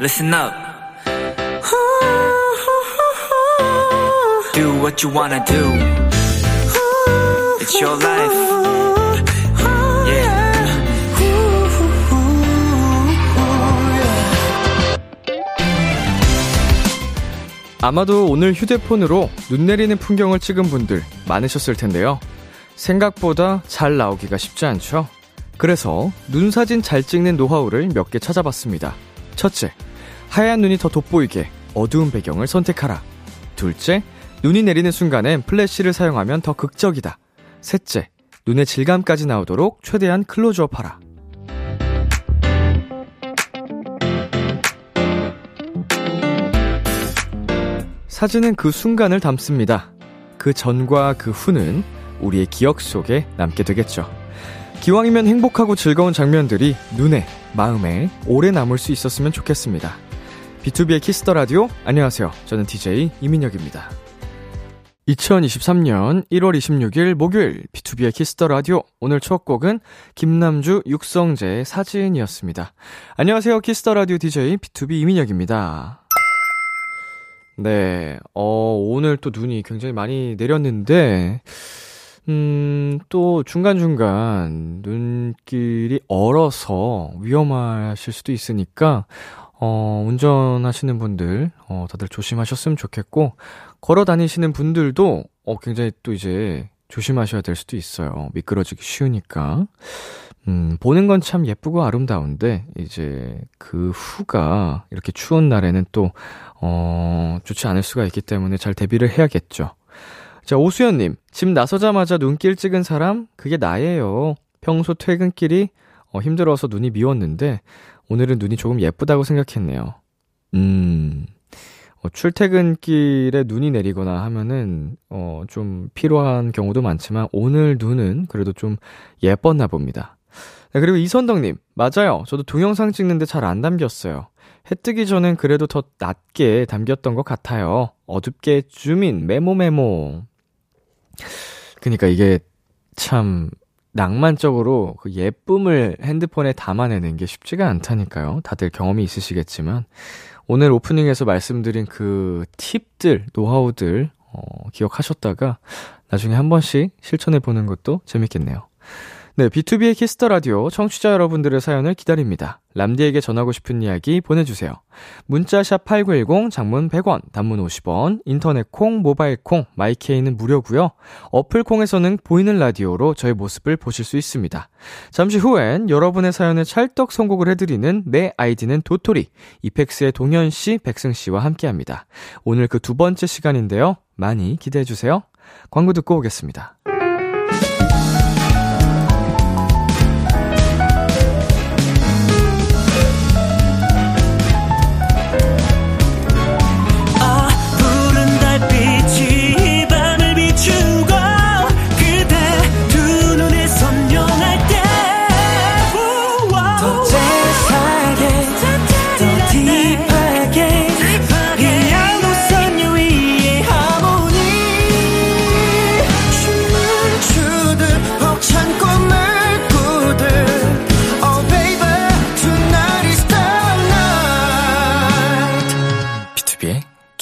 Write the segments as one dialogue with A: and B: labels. A: Listen up. Do what you wanna do. It's your life. Yeah.
B: 아마도 오늘 휴대폰으로 눈 내리는 풍경을 찍은 분들 많으셨을 텐데요. 생각보다 잘 나오기가 쉽지 않죠. 그래서 눈 사진 잘 찍는 노하우를 몇 개 찾아봤습니다. 첫째, 하얀 눈이 더 돋보이게 어두운 배경을 선택하라. 둘째, 눈이 내리는 순간엔 플래시를 사용하면 더 극적이다. 셋째, 눈의 질감까지 나오도록 최대한 클로즈업하라. 사진은 그 순간을 담습니다. 그 전과 그 후는 우리의 기억 속에 남게 되겠죠. 기왕이면 행복하고 즐거운 장면들이 눈에, 마음에 오래 남을 수 있었으면 좋겠습니다. B2B의 키스터 라디오, 안녕하세요. 저는 DJ 이민혁입니다. 2023년 1월 26일 목요일 B2B의 키스터 라디오 오늘 첫 곡은 김남주 육성재의 사진이었습니다. 안녕하세요. 키스터 라디오 DJ B2B 이민혁입니다. 네, 어, 오늘 또 눈이 굉장히 많이 내렸는데, 음, 또 중간중간 눈길이 얼어서 위험하실 수도 있으니까, 어, 운전하시는 분들, 어, 다들 조심하셨으면 좋겠고, 걸어 다니시는 분들도, 어, 굉장히 또 이제 조심하셔야 될 수도 있어요. 미끄러지기 쉬우니까. 음, 보는 건 참 예쁘고 아름다운데, 이제 그 후가 이렇게 추운 날에는 또, 어, 좋지 않을 수가 있기 때문에 잘 대비를 해야겠죠. 자, 오수연님. 집 나서자마자 눈길 찍은 사람, 그게 나예요. 평소 퇴근길이 어, 힘들어서 눈이 미웠는데, 오늘은 눈이 조금 예쁘다고 생각했네요. 음, 어, 출퇴근길에 눈이 내리거나 하면은, 어, 좀 피로한 경우도 많지만, 오늘 눈은 그래도 좀 예뻤나 봅니다. 네, 그리고 이선덕님, 맞아요. 저도 동영상 찍는데 잘 안 담겼어요. 해 뜨기 전엔 그래도 더 낮게 담겼던 것 같아요. 어둡게 줌인, 메모메모. 그니까 이게 참 낭만적으로 그 예쁨을 핸드폰에 담아내는 게 쉽지가 않다니까요. 다들 경험이 있으시겠지만. 오늘 오프닝에서 말씀드린 그 팁들, 노하우들, 어, 기억하셨다가 나중에 한 번씩 실천해보는 것도 재밌겠네요. 네, B2B의 키스터 라디오 청취자 여러분들의 사연을 기다립니다. 람디에게 전하고 싶은 이야기 보내주세요. 문자샵 8910, 장문 100원, 단문 50원, 인터넷 콩, 모바일 콩, 마이케이는 무료고요. 어플 콩에서는 보이는 라디오로 저의 모습을 보실 수 있습니다. 잠시 후엔 여러분의 사연에 찰떡 선곡을 해드리는 내 아이디는 도토리, 이펙스의 동현 씨, 백승 씨와 함께합니다. 오늘 그 두 번째 시간인데요. 많이 기대해주세요. 광고 듣고 오겠습니다.
C: 아 푸른 달빛이 이 밤을 비추고 그대 두 눈에 선명할 때더 재사하게 더 딥하게 이 양도선 유위의 하모니 춤을 추듯 벅찬 꿈을 꾸듯 Oh baby tonight is the night
A: B2B의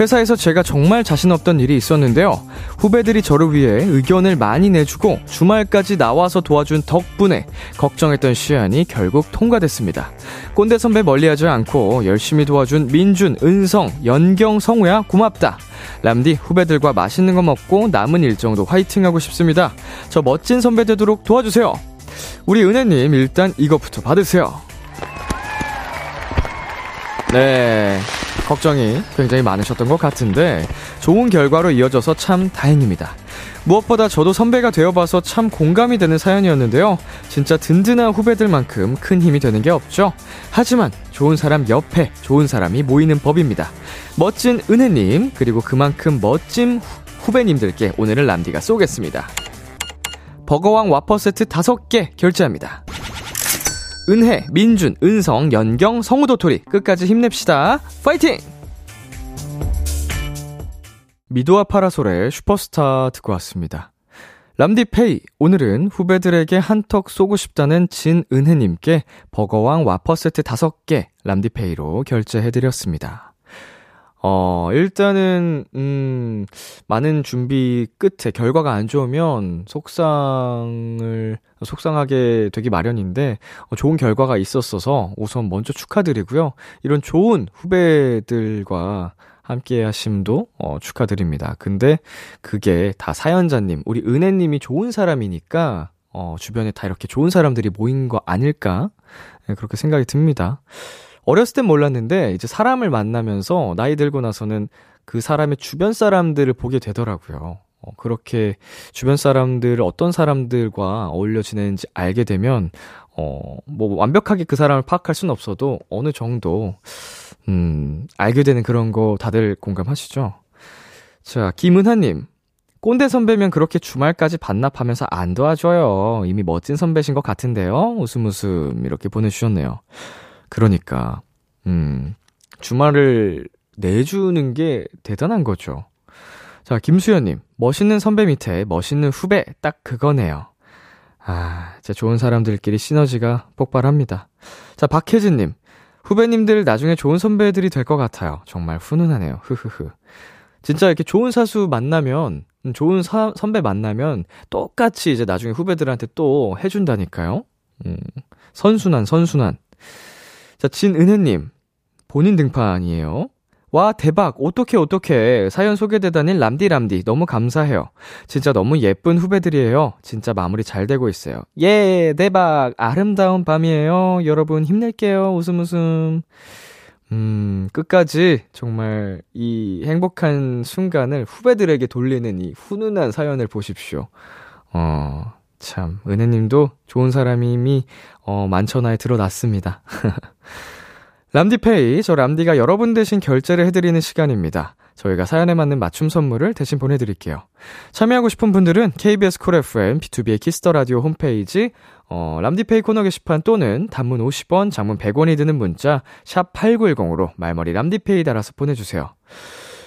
B: 회사에서 제가 정말 자신 없던 일이 있었는데요. 후배들이 저를 위해 의견을 많이 내주고 주말까지 나와서 도와준 덕분에 걱정했던 시안이 결국 통과됐습니다. 꼰대 선배 멀리하지 않고 열심히 도와준 민준, 은성, 연경, 성우야 고맙다. 람디 후배들과 맛있는 거 먹고 남은 일정도 화이팅하고 싶습니다. 저 멋진 선배 되도록 도와주세요. 우리 은혜님 일단 이것부터 받으세요. 네. 걱정이 굉장히 많으셨던 것 같은데 좋은 결과로 이어져서 참 다행입니다. 무엇보다 저도 선배가 되어봐서 참 공감이 되는 사연이었는데요. 진짜 든든한 후배들만큼 큰 힘이 되는 게 없죠. 하지만 좋은 사람 옆에 좋은 사람이 모이는 법입니다. 멋진 은혜님 그리고 그만큼 멋진 후- 후배님들께 오늘은 람디가 쏘겠습니다. 버거왕 와퍼 세트 5개 결제합니다. 은혜, 민준, 은성, 연경, 성우 도토리 끝까지 힘냅시다. 파이팅! 미도와 파라솔의 슈퍼스타 듣고 왔습니다. 람디페이, 오늘은 후배들에게 한턱 쏘고 싶다는 진은혜님께 버거왕 와퍼 세트 5개 람디페이로 결제해드렸습니다. 어, 일단은, 음, 많은 준비 끝에 결과가 안 좋으면 속상을, 속상하게 되기 마련인데, 어, 좋은 결과가 있었어서 우선 먼저 축하드리고요. 이런 좋은 후배들과 함께 하심도 어, 축하드립니다. 근데 그게 다 사연자님, 우리 은혜님이 좋은 사람이니까, 어, 주변에 다 이렇게 좋은 사람들이 모인 거 아닐까? 예, 그렇게 생각이 듭니다. 어렸을 땐 몰랐는데, 이제 사람을 만나면서 나이 들고 나서는 그 사람의 주변 사람들을 보게 되더라고요. 어, 그렇게 주변 사람들을 어떤 사람들과 어울려 지내는지 알게 되면, 어, 뭐 완벽하게 그 사람을 파악할 순 없어도 어느 정도, 음, 알게 되는 그런 거 다들 공감하시죠? 자, 김은하님. 꼰대 선배면 그렇게 주말까지 반납하면서 안 도와줘요. 이미 멋진 선배신 것 같은데요? 웃음 웃음 이렇게 보내주셨네요. 그러니까, 음, 주말을 내주는 게 대단한 거죠. 자, 김수현님. 멋있는 선배 밑에 멋있는 후배, 딱 그거네요. 아, 진짜 좋은 사람들끼리 시너지가 폭발합니다. 자, 박혜진님. 후배님들 나중에 좋은 선배들이 될 것 같아요. 정말 훈훈하네요. 흐흐흐. 진짜 이렇게 좋은 사수 만나면, 음, 좋은 사- 선배 만나면 똑같이 이제 나중에 후배들한테 또 해준다니까요. 음, 선순환, 선순환. 자, 진은혜님. 본인 등판이에요. 와, 대박. 어떻게, 어떻게. 사연 소개되다니 람디람디. 너무 감사해요. 진짜 너무 예쁜 후배들이에요. 진짜 마무리 잘 되고 있어요. 예, 대박. 아름다운 밤이에요. 여러분 힘낼게요. 웃음 웃음. 음, 끝까지 정말 이 행복한 순간을 후배들에게 돌리는 이 훈훈한 사연을 보십시오. 어, 참, 은혜님도 좋은 사람이, 어, 만천하에 드러났습니다. 람디페이, 저 람디가 여러분 대신 결제를 해드리는 시간입니다. 저희가 사연에 맞는 맞춤 선물을 대신 보내드릴게요. 참여하고 싶은 분들은 KBS 콜 FM, B2B의 키스터 라디오 홈페이지, 어, 람디페이 코너 게시판 또는 단문 50원, 장문 100원이 드는 문자, 샵8910으로 말머리 람디페이 달아서 보내주세요.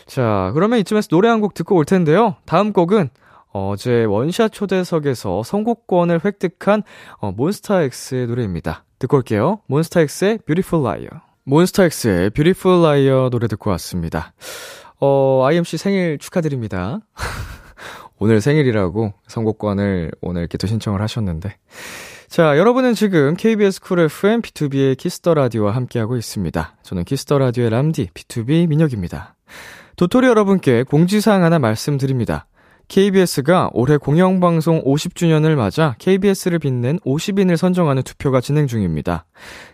B: 자, 그러면 이쯤에서 노래 한 곡 듣고 올 텐데요. 다음 곡은 어제 원샷 초대석에서 선곡권을 획득한 어, 몬스타엑스의 노래입니다. 듣고 올게요. 몬스타엑스의 Beautiful Liar. 몬스타엑스의 Beautiful Liar 노래 듣고 왔습니다. 어, IMC 생일 축하드립니다. 오늘 생일이라고 선곡권을 오늘 이렇게 또 신청을 하셨는데. 자, 여러분은 지금 KBS 쿨 FM B2B의 키스터 라디오와 함께하고 있습니다. 저는 키스터 라디오의 람디 B2B 민혁입니다. 도토리 여러분께 공지사항 하나 말씀드립니다. KBS가 올해 공영방송 50주년을 맞아 KBS를 빛낸 50인을 선정하는 투표가 진행 중입니다.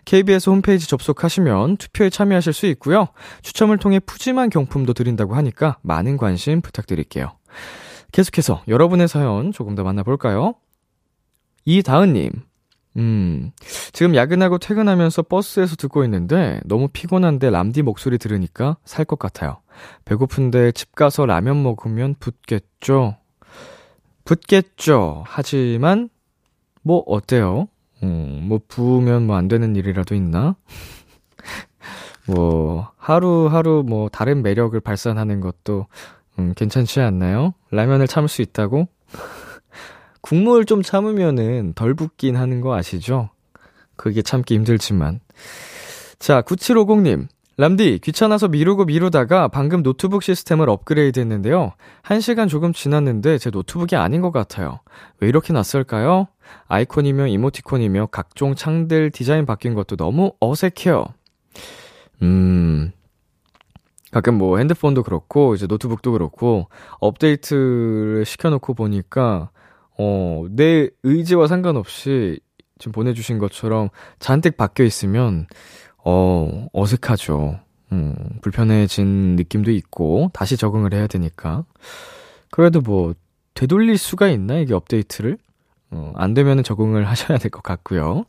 B: KBS 홈페이지 접속하시면 투표에 참여하실 수 있고요. 추첨을 통해 푸짐한 경품도 드린다고 하니까 많은 관심 부탁드릴게요. 계속해서 여러분의 사연 조금 더 만나볼까요? 이다은님. 음, 지금 야근하고 퇴근하면서 버스에서 듣고 있는데 너무 피곤한데 람디 목소리 들으니까 살 것 같아요. 배고픈데 집 가서 라면 먹으면 붓겠죠? 붓겠죠? 하지만, 뭐, 어때요? 음, 뭐, 부으면 뭐 안 되는 일이라도 있나? 뭐, 하루하루 뭐, 다른 매력을 발산하는 것도, 음, 괜찮지 않나요? 라면을 참을 수 있다고? 국물 좀 참으면은 덜 붓긴 하는 거 아시죠? 그게 참기 힘들지만. 자, 9750님. 람디, 귀찮아서 미루고 미루다가 방금 노트북 시스템을 업그레이드 했는데요. 1시간 조금 지났는데 제 노트북이 아닌 것 같아요. 왜 이렇게 났을까요? 아이콘이며 이모티콘이며 각종 창들 디자인 바뀐 것도 너무 어색해요. 음, 가끔 뭐 핸드폰도 그렇고, 이제 노트북도 그렇고, 업데이트를 시켜놓고 보니까, 어, 내 의지와 상관없이 지금 보내주신 것처럼 잔뜩 바뀌어 있으면, 어, 어색하죠. 음, 불편해진 느낌도 있고, 다시 적응을 해야 되니까. 그래도 뭐, 되돌릴 수가 있나? 이게 업데이트를? 어, 안 되면 적응을 하셔야 될 것 같고요.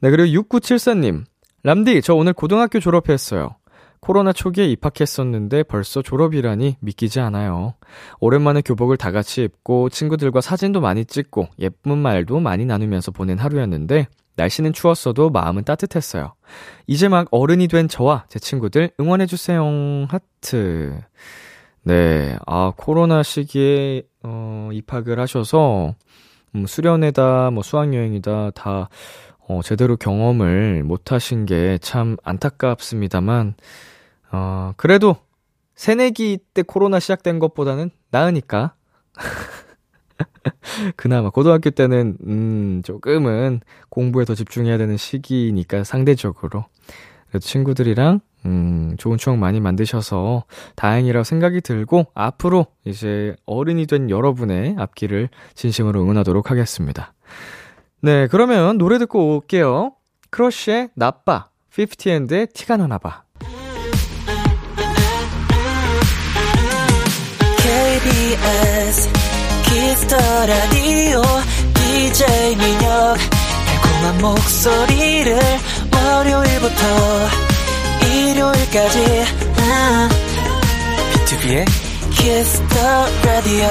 B: 네, 그리고 6974님. 람디, 저 오늘 고등학교 졸업했어요. 코로나 초기에 입학했었는데 벌써 졸업이라니 믿기지 않아요. 오랜만에 교복을 다 같이 입고 친구들과 사진도 많이 찍고 예쁜 말도 많이 나누면서 보낸 하루였는데 날씨는 추웠어도 마음은 따뜻했어요. 이제 막 어른이 된 저와 제 친구들 응원해주세요. 하트. 네. 아, 코로나 시기에, 어, 입학을 하셔서, 음, 수련회다, 뭐, 수학여행이다, 다, 어, 제대로 경험을 못하신 게 참 안타깝습니다만, 어, 그래도, 새내기 때 코로나 시작된 것보다는 나으니까. 그나마, 고등학교 때는, 음, 조금은 공부에 더 집중해야 되는 시기니까 상대적으로. 그래도 친구들이랑, 음, 좋은 추억 많이 만드셔서 다행이라 생각이 들고 앞으로 이제 어른이 된 여러분의 앞길을 진심으로 응원하도록 하겠습니다. 네, 그러면 노래 듣고 올게요. 크러쉬의 나빠, 50&의 티가 나나봐.
C: KBS 키스 더 라디오 DJ 민혁 달콤한 목소리를 월요일부터 일요일까지 아,
A: B2B의
C: 키스 더 라디오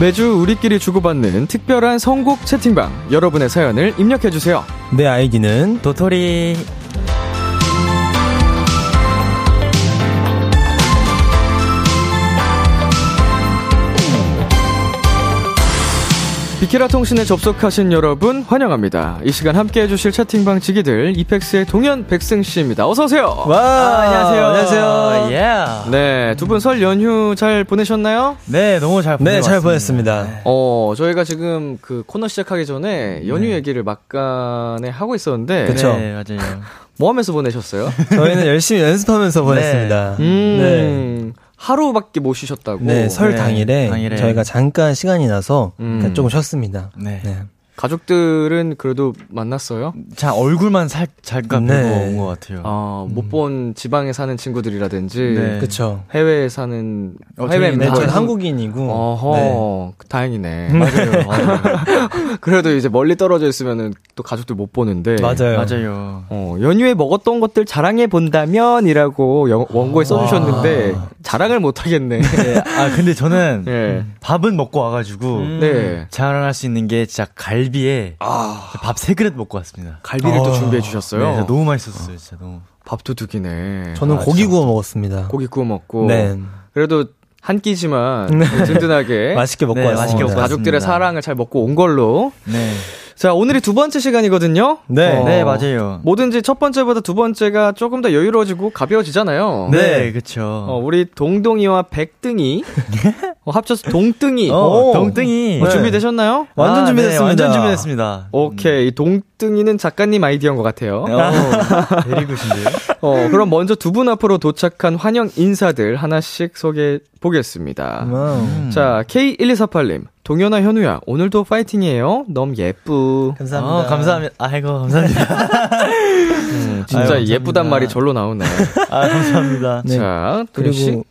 B: 매주 우리끼리 주고받는 특별한 선곡 채팅방. 여러분의 사연을 입력해주세요.
D: 내 아이디는 도토리.
B: 비키라 통신에 접속하신 여러분 환영합니다. 이 시간 함께 해주실 채팅방 지기들 이펙스의 동현 백승 씨입니다. 어서 오세요.
D: 와,
B: 아,
E: 아,
B: 안녕하세요.
D: 안녕하세요. 예.
B: 네, 두 분 설 연휴 잘 보내셨나요?
E: 네, 너무 잘
D: 네, 잘
E: 보내봤습니다.
D: 보냈습니다.
B: 어, 저희가 지금 그 코너 시작하기 전에 연휴 얘기를 막간에 하고 있었는데
D: 네. 그쵸.
E: 네, 맞아요.
B: 뭐 하면서 보내셨어요?
D: 저희는 열심히 연습하면서 보냈습니다.
B: 음. 하루밖에 못 쉬셨다고.
D: 네, 설
E: 네,
D: 당일에,
E: 당일에.
D: 저희가 잠깐 시간이 나서
B: 음.
D: 그냥 조금 쉬었습니다.
E: 네.
D: 네.
B: 가족들은 그래도 만났어요?
E: 자, 얼굴만 살, 잠깐
D: 네.
E: 보고 온 것 같아요.
B: 아, 못 본 지방에 사는 친구들이라든지
E: 그러니까. 네.
D: 그쵸.
B: 해외에 사는
E: 어,
B: 해외
E: 저희는
D: 네,
E: 아,
D: 저는
E: 한국- 음.
D: 한국인이고. 네.
B: 어허, 다행이네.
E: 맞아요. 맞아요.
B: 그래도 이제 멀리 떨어져 있으면은 또 가족들 못 보는데.
D: 맞아요.
E: 네. 맞아요.
B: 어, 연휴에 먹었던 것들 자랑해 본다면이라고 영- 원고에 써주셨는데 자랑을 못 하겠네.
E: 네, 아, 근데 저는
B: 예.
E: 밥은 먹고 와가지고.
B: 네.
E: 자랑할 수 있는 게 진짜 갈비에 밥 세 그릇 먹고 왔습니다.
B: 갈비를 또
D: 아,
B: 준비해
E: 네,
B: 주셨어요.
E: 진짜 너무 맛있었어요, 진짜 너무.
B: 밥도둑이네.
D: 저는
E: 아,
D: 고기
E: 진짜.
D: 구워 먹었습니다.
B: 고기 구워 먹고.
D: 네.
B: 그래도 한 끼지만
D: 네.
B: 든든하게 어,
D: 맛있게 먹고
E: 네,
D: 왔습니다.
E: 맛있게 먹고 왔-
B: 가족들의
E: 맞습니다.
B: 사랑을 잘 먹고 온 걸로.
E: 네,
B: 자, 오늘이 두 번째 시간이거든요.
D: 네.
B: 어,
E: 네 맞아요.
B: 뭐든지 첫 번째보다 두 번째가 조금 더 여유로워지고 가벼워지잖아요.
E: 네, 그쵸.
B: 어, 우리 동동이와 백등이 어, 합쳐서 동등이
E: 어,
D: 오.
E: 동등이.
B: 어, 준비되셨나요?
D: 완전
E: 아, 네,
D: 준비됐습니다.
E: 완전 준비됐습니다.
B: 오케이, 이 동등이는 작가님 아이디어인 것 같아요.
E: 어, 데리고 신데요
B: 어, 그럼 먼저 두 분 앞으로 도착한 환영 인사들 하나씩 소개해 보겠습니다.
E: 음.
D: 와우.
B: 자, K1248님. 동현아, 현우야, 오늘도 파이팅이에요. 너무 예쁘.
D: 감사합니다.
E: 어, 감사합니다. 아이고, 감사합니다.
B: 진짜
E: 그렇죠. 감사합니다.
B: 예쁘단 말이 절로 나오네.
E: 아, 감사합니다.
D: 네.
B: 자, 그리고.
D: 그리고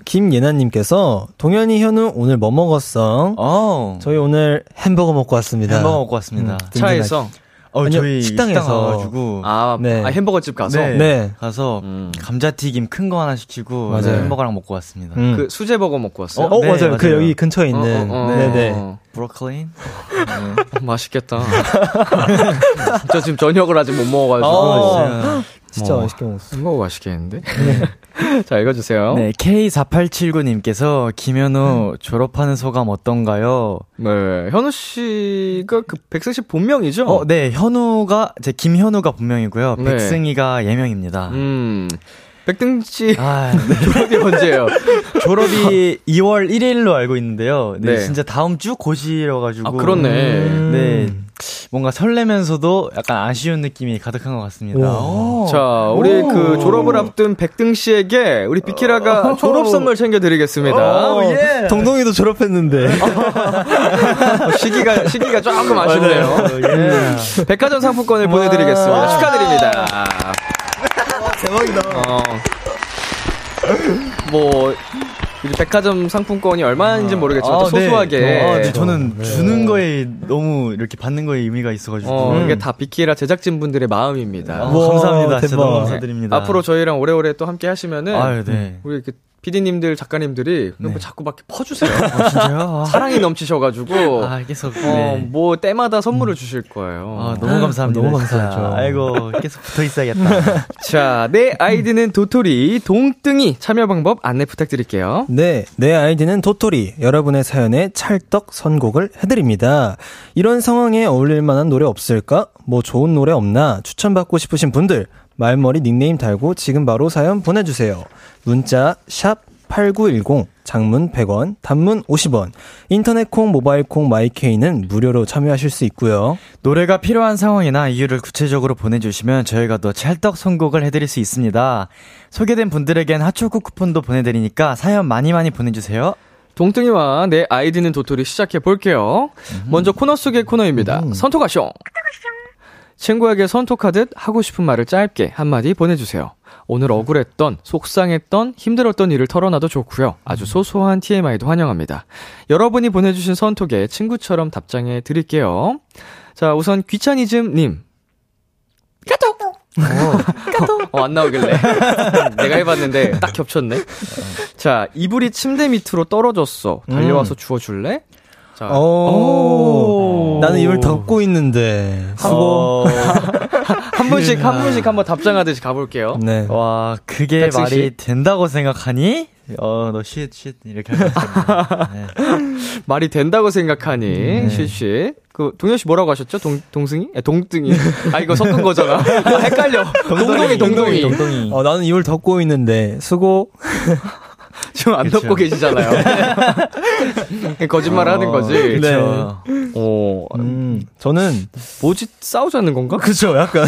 D: 김예나님께서 동현이 현우 오늘 뭐 먹었어?
E: 어,
D: 저희 오늘 햄버거 먹고 왔습니다.
E: 햄버거 먹고 왔습니다.
B: 음.
D: 든든하게.
B: 차에서.
E: 어,
D: 아니요,
E: 저희
D: 식당에서.
E: 식당 와가지고.
B: 아,
D: 네.
B: 아, 햄버거집 가서.
E: 네.
D: 네.
E: 가서
B: 음.
E: 감자튀김 큰 거 하나 시키고
D: 맞아요.
E: 햄버거랑 먹고 왔습니다.
D: 음.
B: 그 수제버거 먹고
D: 어,
B: 왔어요.
D: 어,
E: 네,
D: 맞아요. 그
E: 맞아요.
D: 여기 근처에 있는.
B: 어, 어, 어.
D: 네네.
B: 어,
E: 브로콜린?
B: 맛있겠다. 진짜 지금 저녁을 아직 못 먹어가지고.
D: 어.
E: 진짜.
D: 진짜
B: 어.
D: 맛있게 먹었어.
B: 햄버거 맛있겠는데? 자, 읽어주세요.
E: 네, K4879님께서 김현우
B: 음.
E: 졸업하는 소감 어떤가요?
B: 네, 현우 씨가 그 백승 씨 본명이죠?
E: 어, 네, 현우가, 제 김현우가 본명이고요.
B: 네.
E: 백승이가 예명입니다.
B: 음. 백등 씨
E: 아,
B: 졸업이 언제예요?
E: 졸업이 2월 1일로 알고 있는데요. 네,
B: 네.
E: 진짜 다음 주 고시여가지고.
B: 아, 그렇네. 음.
E: 네, 뭔가 설레면서도 약간 아쉬운 느낌이 가득한 것 같습니다. 어.
B: 자, 우리 그 졸업을 앞둔 백등 씨에게 우리 비키라가 졸업 선물 챙겨드리겠습니다.
D: 어,
E: 예.
D: 동동이도 졸업했는데.
B: 어, 시기가, 시기가 조금 아쉽네요. 예. 백화점 상품권을 보내드리겠습니다. 축하드립니다. 대박이다. 뭐, 요즘 백화점 상품권이 얼마인지 모르겠지만 그렇죠. 또
E: 아, 네.
B: 소소하게
E: 아, 근데 저는
D: 네.
E: 주는 거에 너무 이렇게 받는 거에 의미가 있어가지고.
B: 어,
D: 음.
B: 이게 다 비키라 제작진 분들의 마음입니다. 네.
E: 아,
D: 우와,
E: 감사합니다. 진짜
D: 대박.
E: 너무 감사드립니다.
B: 앞으로 저희랑 오래오래 또 함께 하시면은
E: 아유,
D: 음.
E: 네.
B: 우리 이렇게 PD님들 작가님들이 그런 거 자꾸 막 이렇게 퍼주세요.
E: 아, 진짜요?
B: 사랑이 넘치셔가지고
E: 아, 계속.
B: 어,
E: 네.
B: 뭐 때마다 선물을 주실 거예요.
E: 아, 너무 감사합니다.
D: 너무
E: 진짜.
D: 감사하죠.
E: 아이고, 계속 붙어 있어야겠다.
B: 자, 내 아이디는 도토리 동등이 참여 방법 안내 부탁드릴게요.
D: 네, 내 아이디는 도토리. 여러분의 사연에 찰떡 선곡을 해드립니다. 이런 상황에 어울릴 만한 노래 없을까? 뭐 좋은 노래 없나? 추천받고 싶으신 분들, 말머리 닉네임 달고 지금 바로 사연 보내주세요. 문자, 샵, 8910, 장문 100원, 단문 50원, 인터넷 콩, 모바일 콩, 마이케이는 무료로 참여하실 수 있고요.
E: 노래가 필요한 상황이나 이유를 구체적으로 보내주시면 저희가 더 찰떡 선곡을 해드릴 수 있습니다. 소개된 분들에겐 핫초코 쿠폰도 보내드리니까 사연 많이 많이 보내주세요.
B: 동등이와 내 아이디는 도토리 시작해 볼게요. 먼저 코너 속의 코너입니다. 선톡하쇼. 친구에게 선톡하듯 하고 싶은 말을 짧게 한마디 보내주세요. 오늘 억울했던, 속상했던, 힘들었던 일을 털어놔도 좋고요. 아주 소소한 TMI도 환영합니다. 여러분이 보내주신 선톡에 친구처럼 답장해 드릴게요. 자, 우선 귀차니즘님. 까톡! 까톡! 어, 안 나오길래. 내가 해봤는데 딱 겹쳤네. 자, 이불이 침대 밑으로 떨어졌어. 달려와서 주워줄래? 자,
D: 어. 오,
B: 아. 오.
D: 나는 이걸 덮고 있는데.
E: 수고.
B: 한 분씩, 한 분씩 한번 답장하듯이 가볼게요.
D: 네.
E: 와, 그게
B: 백승 씨.
E: 말이 된다고 생각하니? 어, 너 쉿, 쉿, 이렇게 할것 같습니다. 네.
B: 말이 된다고 생각하니, 실씨. 그, 동현 씨 뭐라고 하셨죠? 동, 동승이? 아, 동등이. 아, 이거 섞은 거잖아. 아, 헷갈려. 동동이, 동동이.
E: 동동이.
D: 어, 나는 이걸 덮고 있는데. 수고.
B: 지금 안 덮고 계시잖아요. 거짓말 하는 거지.
D: 네.
E: 그쵸.
B: 오.
D: 음, 저는
B: 뭐지? 싸우자는 건가?
D: 그쵸, 약간.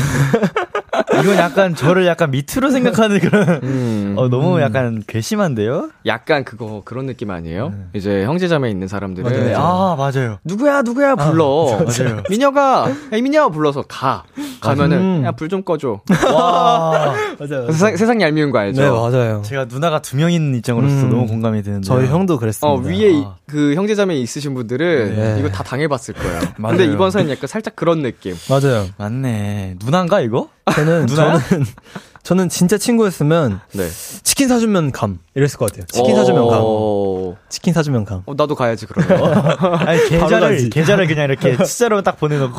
E: 이건 약간 저를 약간 밑으로 생각하는 그런.
B: 음.
E: 어, 너무 약간 괘씸한데요?
B: 약간 그거, 그런 느낌 아니에요? 이제 형제자매 있는 사람들은.
E: 네. 아, 맞아요.
B: 네. 누구야 누구야 불러
E: 맞아요.
B: 민혁아 야, 민혁아 불러서 가 가면은
D: 음.
B: 야 불 좀 꺼줘
E: 와.
D: 맞아요.
B: 세상, 세상 얄미운 거 알죠?
D: 네, 맞아요.
E: 제가 누나가 두 명인 입장으로서
D: 음.
E: 너무 공감이 되는데.
D: 저희 형도 그랬습니다.
B: 어 위에 이-
E: 아.
B: 그 형제자매 있으신 분들은
D: 네.
B: 이거 다 당해봤을 거예요.
E: 맞아요.
B: 근데 이번 사연 약간 살짝 그런 느낌.
D: 맞아요.
E: 맞네. 누나인가, 이거?
D: 저는
E: 누나야?
D: 저는 저는 진짜 친구였으면
B: 네.
D: 치킨 사주면 감 이랬을 것 같아요. 치킨 사주면 감.
B: 어,
D: 치킨 사주면 감.
B: 어, 나도 가야지 그러면.
E: 아니,
D: 가지.
E: 계좌를, 계좌를 그냥 이렇게 치자로 딱 보내놓고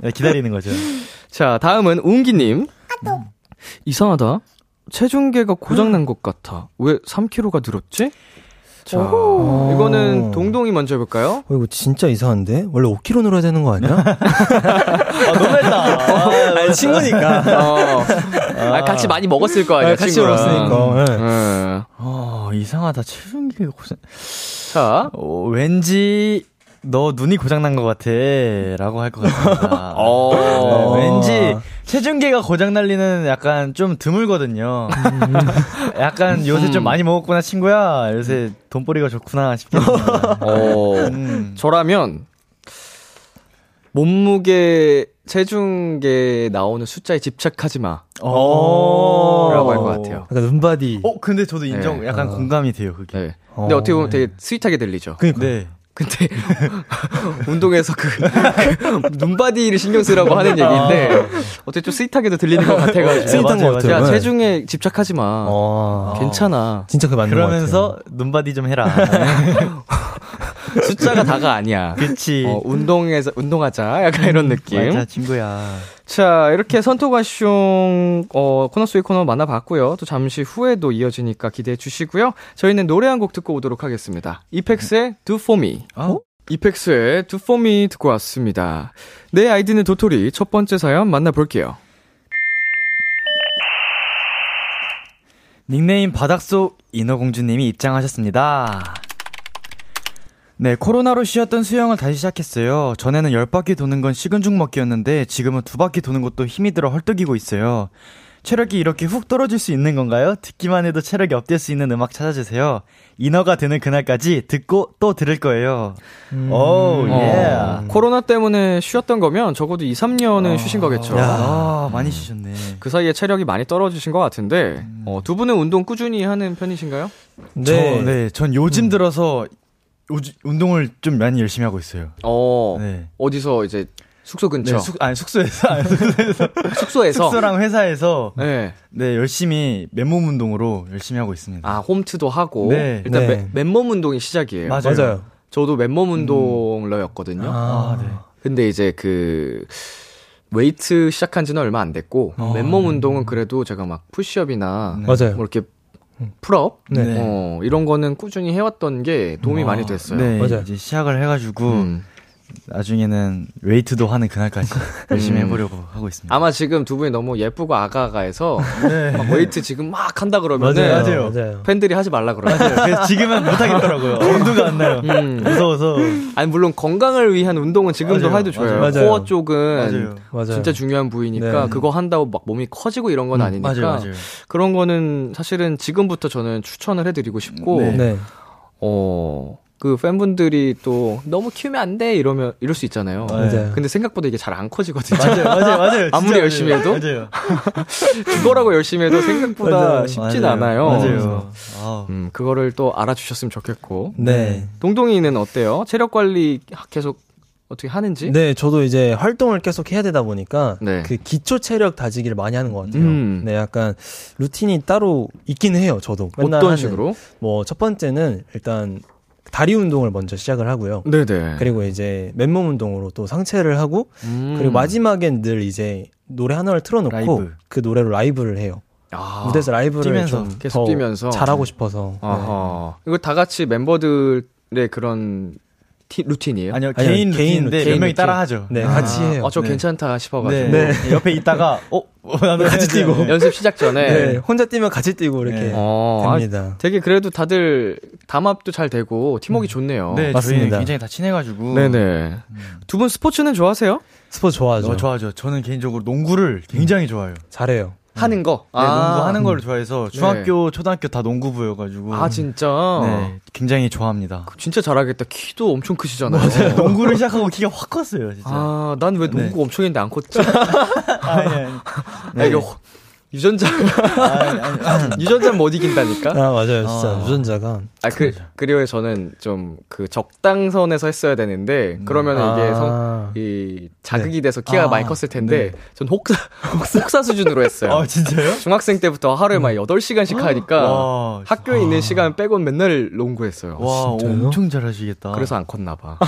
E: 네, 기다리는 거죠.
B: 자 다음은 웅기님. 이상하다. 체중계가 고장난 것 같아. 왜 3kg가 늘었지? 자 이거는 동동이 먼저 해볼까요?
D: 어, 이거 진짜 이상한데? 원래 5kg 늘어야 되는 거 아니야?
E: 아, 너무했다.
D: 아니, 친구니까.
B: 어. 아, 같이 많이 먹었을 거 아니야
D: 같이
B: 친구랑.
D: 먹었으니까, 예.
B: 음.
E: 어, 이상하다. 체중계가 고장.
B: 자,
E: 어, 왠지 너 눈이 고장난 것 같아. 라고 할 것 같습니다. 네,
B: 어.
E: 왠지 체중계가 고장 날리는 약간 좀 드물거든요. 약간 요새
B: 음.
E: 좀 많이 먹었구나 친구야. 요새 돈벌이가 좋구나 싶겠네요. 음.
B: 어, 저라면 몸무게 체중계 나오는 숫자에 집착하지 마.
E: 어.
B: 라고 할 것 같아요.
D: 약간 눈바디.
E: 어, 근데 저도 인정,
B: 네.
E: 약간
D: 어.
E: 공감이 돼요, 그게.
B: 네. 근데
D: 어,
B: 어떻게 보면 되게 스윗하게 들리죠.
D: 그니까.
E: 네.
B: 근데 운동에서 그, 그 눈바디를 신경 쓰라고 하는 얘기인데 어떻게 좀 스윗하게도 들리는 것 같아가지고.
D: 스윗한
E: 맞아요,
D: 것 같아요.
B: 야
D: 네.
B: 체중에 집착하지 마.
D: 어.
B: 괜찮아.
D: 진짜 그 맞는 것
E: 그러면서 눈바디 좀 해라.
B: 숫자가 다가 아니야.
E: 그치.
B: 어, 운동에서 운동하자. 약간 이런 느낌.
E: 맞아, 친구야.
B: 자, 이렇게 선토가쇼 어, 코너 속의 코너 만나봤고요. 또 잠시 후에도 이어지니까 기대해 주시고요. 저희는 노래 한 곡 듣고 오도록 하겠습니다. 이펙스의 Do For Me.
E: 어?
B: 이펙스의 Do For Me 듣고 왔습니다. 내 아이디는 도토리 첫 번째 사연 만나볼게요.
E: 닉네임 바닥 속 인어공주님이 입장하셨습니다. 네, 코로나로 쉬었던 수영을 다시 시작했어요. 전에는 열 바퀴 도는 건 식은 죽 먹기였는데 지금은 두 바퀴 도는 것도 힘이 들어 헐떡이고 있어요. 체력이 이렇게 훅 떨어질 수 있는 건가요? 듣기만 해도 체력이 업될 수 있는 음악 찾아주세요. 인어가 되는 그날까지 듣고 또 들을 거예요. 오,
B: 어,
E: 예.
B: 코로나 때문에 쉬었던 거면 적어도 2, 3년은 쉬신 거겠죠.
E: 아, 많이 쉬셨네.
B: 그 사이에 체력이 많이 떨어지신 것 같은데
E: 음.
B: 어, 두 분은 운동 꾸준히 하는 편이신가요?
E: 네. 저, 네, 전 요즘 들어서 요즘 운동을 좀 많이 열심히 하고 있어요.
B: 어
E: 네.
B: 어디서 이제 숙소
E: 네,
B: 근처
E: 숙, 아니, 숙소에서, 아니, 숙소에서,
B: 숙소에서
E: 숙소랑 회사에서,
B: 네.
E: 네, 열심히 맨몸 운동으로 열심히 하고 있습니다.
B: 아 홈트도 하고
E: 네.
B: 일단
D: 네.
B: 맨- 맨몸 운동이 시작이에요.
E: 맞아요.
D: 맞아요.
B: 저도 맨몸 운동러였거든요.
D: 아,
B: 근데 이제 그 웨이트 시작한 지는 얼마 안 됐고 맨몸 운동은 그래도 제가 막 푸시업이나
E: 네.
D: 맞아요.
B: 뭐 이렇게 풀업
E: 네.
B: 어, 이런 거는 꾸준히 해왔던 게 도움이 많이 됐어요.
E: 네,
D: 맞아요.
E: 이제 시작을 해가지고,
B: 음.
E: 나중에는 웨이트도 하는 그날까지 열심히 해보려고 하고
B: 음.
E: 있습니다.
B: 아마 지금 두 분이 너무 예쁘고 아가가해서
E: 네.
B: 막 웨이트 지금 막 한다 그러면
D: 맞아요.
B: 은
E: 맞아요.
D: 맞아요.
B: 팬들이 하지 말라 그러요
E: 네, 그래서 지금은 못하겠더라고요. 엄두가 안 나요.
B: 음.
E: 무서워서.
B: 아니 물론 건강을 위한 운동은 지금도
E: 맞아요.
B: 해도 좋아요.
D: 맞아요. 맞아요.
B: 코어 쪽은
E: 맞아요.
D: 맞아요.
B: 진짜 중요한 부위니까
D: 네. 음,
B: 그거 한다고 막 몸이 커지고 이런 건 아니니까
E: 맞아요, 맞아요.
B: 그런 거는 사실은 지금부터 저는 추천을 해드리고 싶고
E: 네.
D: 네.
B: 어. 그 팬분들이 또 너무 키우면 안 돼 이러면 이럴 수 있잖아요.
D: 네. 맞아요.
B: 근데 생각보다 이게 잘 안 커지거든요.
E: 맞아요, 맞아요, 맞아요.
B: 아무리
E: 진짜
B: 열심히
E: 맞아요.
B: 해도?
E: 맞아요.
B: 그거라고 열심히 해도 생각보다
D: 맞아요.
B: 쉽진
E: 맞아요.
B: 않아요.
E: 맞아요. 아우.
B: 음, 그거를 또 알아주셨으면 좋겠고.
D: 네.
B: 동동이는 어때요? 체력 관리 계속 어떻게 하는지?
D: 네, 저도 이제 활동을 계속 해야 되다 보니까
B: 네.
D: 그 기초 체력 다지기를 많이 하는 것 같아요.
B: 음.
D: 네, 약간 루틴이 따로 있긴 해요. 저도 맨날
B: 어떤
D: 하는.
B: 식으로?
D: 뭐 첫 번째는 일단 다리 운동을 먼저 시작을 하고요.
B: 네네.
D: 그리고 이제 맨몸 운동으로 또 상체를 하고
B: 음.
D: 그리고 마지막엔 늘 이제 노래 하나를 틀어놓고
E: 라이브.
D: 그 노래로 라이브를 해요.
B: 아,
D: 무대에서 라이브를
E: 뛰면서,
D: 좀
B: 계속
D: 더
B: 뛰면서.
D: 잘하고 싶어서 네.
B: 아하. 네. 이거 다 같이 멤버들의 그런 티- 루틴이에요?
E: 아니요,
D: 아니요,
E: 개인
D: 개인
E: 루틴인데
D: 루틴.
E: 몇 명이
D: 개인
E: 따라하죠.
D: 네,
E: 네.
D: 같이
B: 아,
D: 해요.
B: 어, 저
E: 네.
B: 괜찮다 싶어가지고.
E: 옆에 있다가, 어? 어, 나도 같이 뛰고.
B: 연습 시작 전에.
D: 네. 혼자 뛰면 같이 뛰고 이렇게
E: 네.
B: 어, 아,
D: 됩니다.
B: 되게 그래도 다들 담합도 잘 되고 팀워크 좋네요.
E: 네, 저희는
D: 맞습니다.
E: 굉장히 다 친해가지고.
B: 어, 네네. 두 분 스포츠는 좋아하세요?
D: 스포츠 좋아하죠.
E: 어, 좋아하죠. 저는 개인적으로 농구를 굉장히 좋아해요.
D: 잘해요.
B: 하는 거?
E: 네, 농구 하는 걸 좋아해서 중학교, 초등학교 다 농구부여가지고.
B: 네. 아, 진짜?
E: 네, 굉장히 좋아합니다.
B: 진짜 잘하겠다. 키도 엄청 크시잖아요.
E: 농구를 시작하고 키가 확 컸어요, 진짜.
B: 아, 난 왜 농구 엄청 했는데 안 컸지?
E: 아니, 예. 아니.
B: 야, 이거 허- 유전자 유전자 못 이긴다니까.
D: 아 맞아요, 진짜
E: 아.
D: 유전자가
B: 아, 그 그리고 저는 좀 그 적당선에서 했어야 되는데 그러면 이게 성,
D: 아.
B: 이 자극이 돼서 키가
E: 아,
B: 많이 컸을 텐데 전 혹사 혹사 수준으로 했어요.
E: 아, 진짜요?
B: 중학생 때부터 하루에 막 8시간씩 하니까
E: 와,
B: 학교에 있는 시간 빼곤 맨날 농구했어요.
E: 와,
D: 진짜요?
E: 엄청 잘하시겠다.
B: 아, 그래서 안 컸나 봐.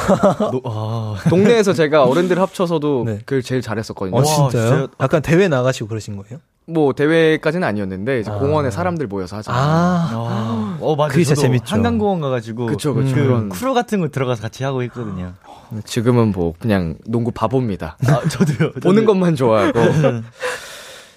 E: 노- 아,
B: 동네에서 제가 어른들 합쳐서도
D: 네.
B: 그걸 제일 잘했었거든요.
D: 어,
E: 와,
D: 진짜요?
E: 진짜요?
D: 약간 대회 나가시고 그러신 거예요?
B: 뭐 대회까지는 아니었는데 이제 공원에 사람들 모여서 하잖아요.
D: 아,
E: 아, 어, 맞아요.
D: 그게 진짜
E: 저도
D: 재밌죠.
E: 한강공원 가가지고.
B: 그쵸, 그쵸.
E: 그
B: 그런-
E: 크루 같은 거 들어가서 같이 하고 있거든요.
B: 지금은 뭐 그냥 농구 바보입니다.
E: 아, 저도요. 저도.
B: 보는 것만 좋아하고.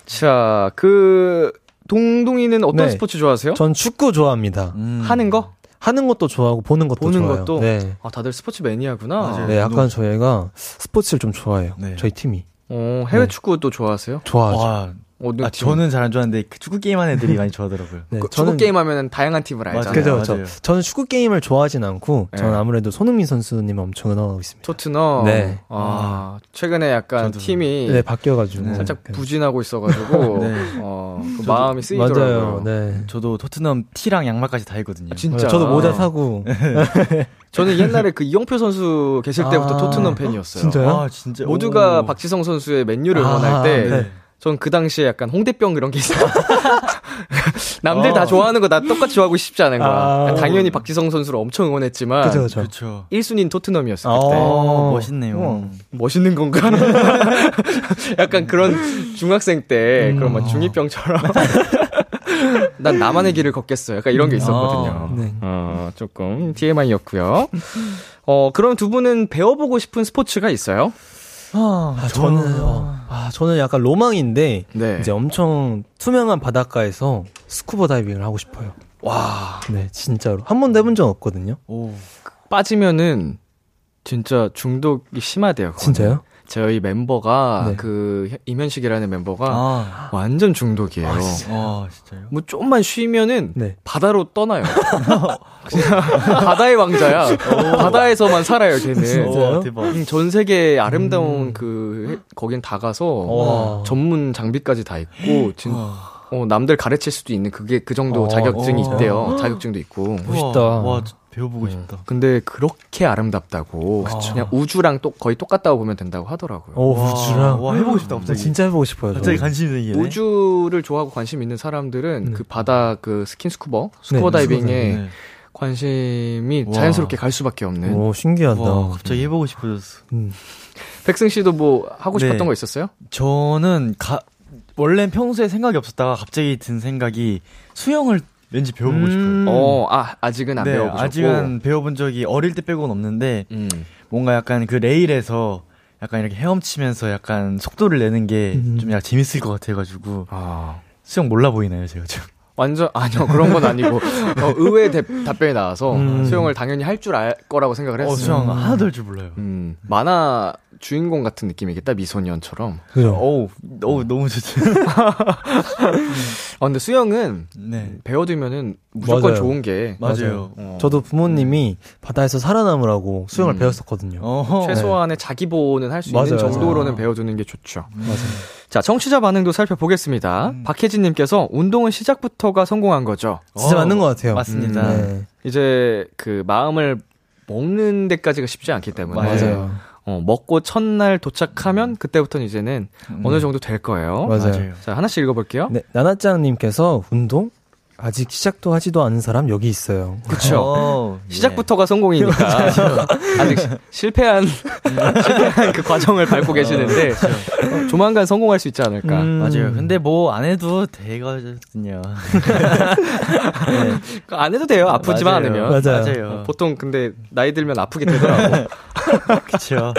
B: 자, 그 동동이는 어떤
D: 네.
B: 스포츠 좋아하세요?
D: 전 축구 좋아합니다.
E: 음.
B: 하는 거?
D: 하는 것도 좋아하고 보는 것도
B: 보는
D: 좋아요.
B: 것도?
D: 네.
B: 아, 다들 스포츠 매니아구나.
E: 맞아요.
D: 네, 약간
E: 운동.
D: 저희가 스포츠를 좀 좋아해요.
E: 네.
D: 저희 팀이
B: 어, 해외 축구도 좋아하세요?
D: 좋아하죠.
E: 와,
B: 어느
E: 아,
B: 팀?
E: 저는 잘 안 좋아하는데 그 축구 게임하는 애들이 많이 좋아하더라고요.
D: 네,
B: 그 축구 게임 하면 다양한 팀을
E: 맞아요.
B: 알잖아요.
D: 그죠,
E: 맞아요.
D: 그죠. 저는 축구 게임을 좋아하진 않고
B: 네.
D: 저는 아무래도 손흥민 선수님을 엄청 응원하고 있습니다.
B: 토트넘.
D: 네.
B: 아, 최근에 약간
E: 저도.
B: 팀이
D: 네, 바뀌어가지고
B: 살짝 부진하고 있어가지고
E: 네.
B: 어, 그 마음이 쓰이더라고요.
D: 맞아요. 네.
E: 저도 토트넘 티랑 양말까지 다 입거든요.
B: 아, 진짜.
D: 저도 모자 사고
B: 저는 옛날에 그 이영표 선수 계실 때부터
D: 아,
B: 토트넘 팬이었어요.
D: 진짜요?
E: 아, 진짜.
B: 네, 모두가
E: 오.
B: 박지성 선수의 맨유를
D: 아,
B: 응원할 때 전
D: 네.
B: 그 당시에 약간 홍대병 그런 게 있어요. 남들 다
E: 아.
B: 좋아하는 거 나 똑같이 좋아하고 싶지 않은 거야.
D: 어.
B: 그러니까
D: 아.
B: 당연히 박지성 선수를 엄청 응원했지만
D: 그죠, 그죠.
E: 그쵸.
B: 1순위는 토트넘이었어
D: 아.
B: 그때.
E: 어, 멋있네요.
D: 우와.
B: 멋있는 건가? 약간 그런 중학생
D: 음.
B: 때 그런
D: 어.
B: 막 중2병처럼 난 나만의 길을 걷겠어. 약간 이런 게 있었거든요.
E: 아,
D: 음. 네.
B: 어, 조금 TMI였고요. 어, 그럼 두 분은 배워보고 싶은 스포츠가 있어요?
D: 아, 저는 어, 아 저는 약간 로망인데
B: 네.
D: 이제 엄청 투명한 바닷가에서 스쿠버 다이빙을 하고 싶어요.
B: 와
E: 어,
D: 네 진짜로 한 번도 해본 적 없거든요.
E: 오.
B: 빠지면은 진짜 중독이 심하대요. 그거는.
D: 진짜요?
E: 네.
B: 저희 멤버가
D: 네.
B: 그 이면식이라는 멤버가
E: 아,
B: 완전 중독이에요.
E: 와, 진짜요?
B: 뭐 좀만 쉬면은
D: 아, 네.
B: 바다로 떠나요. 그냥 바다의 왕자야. 바다에서만 살아요, 걔는.
D: 진짜요? 음.
E: 와, 네, 대박.
B: 음, 전 세계의 아름다운 그 해- 거긴 다 가서
D: 와.
B: 전문 장비까지 다 있고 진, 어, 남들 가르칠 수도 있는 그게 그 정도
D: 어,
B: 자격증이
D: 진짜요?
B: 있대요. 자격증도 있고.
D: 멋있다. 네.
E: 와, 와, 저 배워보고 싶다.
B: 근데 그렇게 아름답다고 그냥 우주랑 또 거의 똑같다고 보면 된다고 하더라고요.
D: 오,
E: 와,
D: 우주랑.
E: 와, 해보고 싶다, 갑자기.
D: 진짜 해보고 싶어요. 저는.
E: 갑자기 관심이 생기네.
B: 우주를 좋아하고 관심 있는 사람들은 그 바다 그 스킨스쿠버 스쿠버
D: 네,
B: 다이빙에
E: 네.
B: 관심이
E: 와.
B: 자연스럽게 갈 수밖에 없는.
D: 오, 신기하다.
E: 와, 갑자기 해보고 싶어졌어.
D: 음.
B: 백승 씨도 뭐 하고 싶었던
E: 네.
B: 거 있었어요?
E: 저는 가, 원래는 평소에 생각이 없었다가 갑자기 든 생각이 수영을 왠지 배워보고
D: 음.
E: 싶어요.
B: 어, 아 아직은 안
E: 음. 네,
B: 배워보셨고.
E: 아직은 배워본 적이 어릴 때 빼고는 없는데
B: 음.
E: 뭔가 약간 그 레일에서 약간 이렇게 헤엄치면서 약간 속도를 내는 게
D: 음.
E: 좀 약간 재밌을 것 같아가지고
B: 아.
E: 수영 몰라 보이나요 제가 지금?
B: 완전 아니요 그런 건 아니고 어, 의외의 대- 답변이 나와서 수영을 당연히 할 줄 알 거라고 생각을
E: 어,
B: 했어요.
E: 수영 하나도 할 줄 몰라요.
B: 음, 만화 주인공 같은 느낌이겠다 미소년처럼.
D: 그죠?
E: 어우, 어우 너무 좋죠.
B: 아 근데 수영은
E: 네,
B: 배워두면은 무조건
D: 맞아요.
B: 좋은 게
E: 맞아요. 어.
D: 저도 부모님이 바다에서 살아남으라고 수영을 배웠었거든요.
E: 음. 어허.
B: 최소한의 자기 보호는 할 수
D: 네. 맞아요,
B: 있는
D: 맞아요. 음.
B: 정도로는 배워두는 게 좋죠. 자, 청취자 반응도 살펴보겠습니다. 박혜진님께서 운동은 시작부터가 성공한 거죠.
D: 진짜
E: 어,
D: 맞는 것 같아요.
E: 맞습니다.
D: 네.
B: 이제 그 마음을 먹는 데까지가 쉽지 않기 때문에
E: 맞아요.
B: 어, 먹고 첫날 도착하면 그때부터는 이제는 어느 정도 될 거예요.
D: 음. 맞아요.
E: 맞아요.
B: 자, 하나씩 읽어볼게요.
D: 네, 나나짱님께서 운동? 아직 시작도 하지도 않은 사람 여기 있어요.
B: 그쵸.
E: 어우, 예.
D: 네.
B: 시작부터가 성공이니까 아직 시- 실패한
D: 음.
B: 실패한 그 과정을
D: 아,
B: 밟고 계시는데
D: 그렇죠.
B: 어, 조만간 성공할 수 있지 않을까.
D: 음.
E: 맞아요. 근데 뭐 안 해도 되거든요.
B: 안 해도 돼요. 아프지만
E: 맞아요. 어,
B: 않으면. 어,
D: 맞아요.
E: 맞아요.
B: 보통 근데 나이 들면 아프게 되더라고.
E: 그렇죠.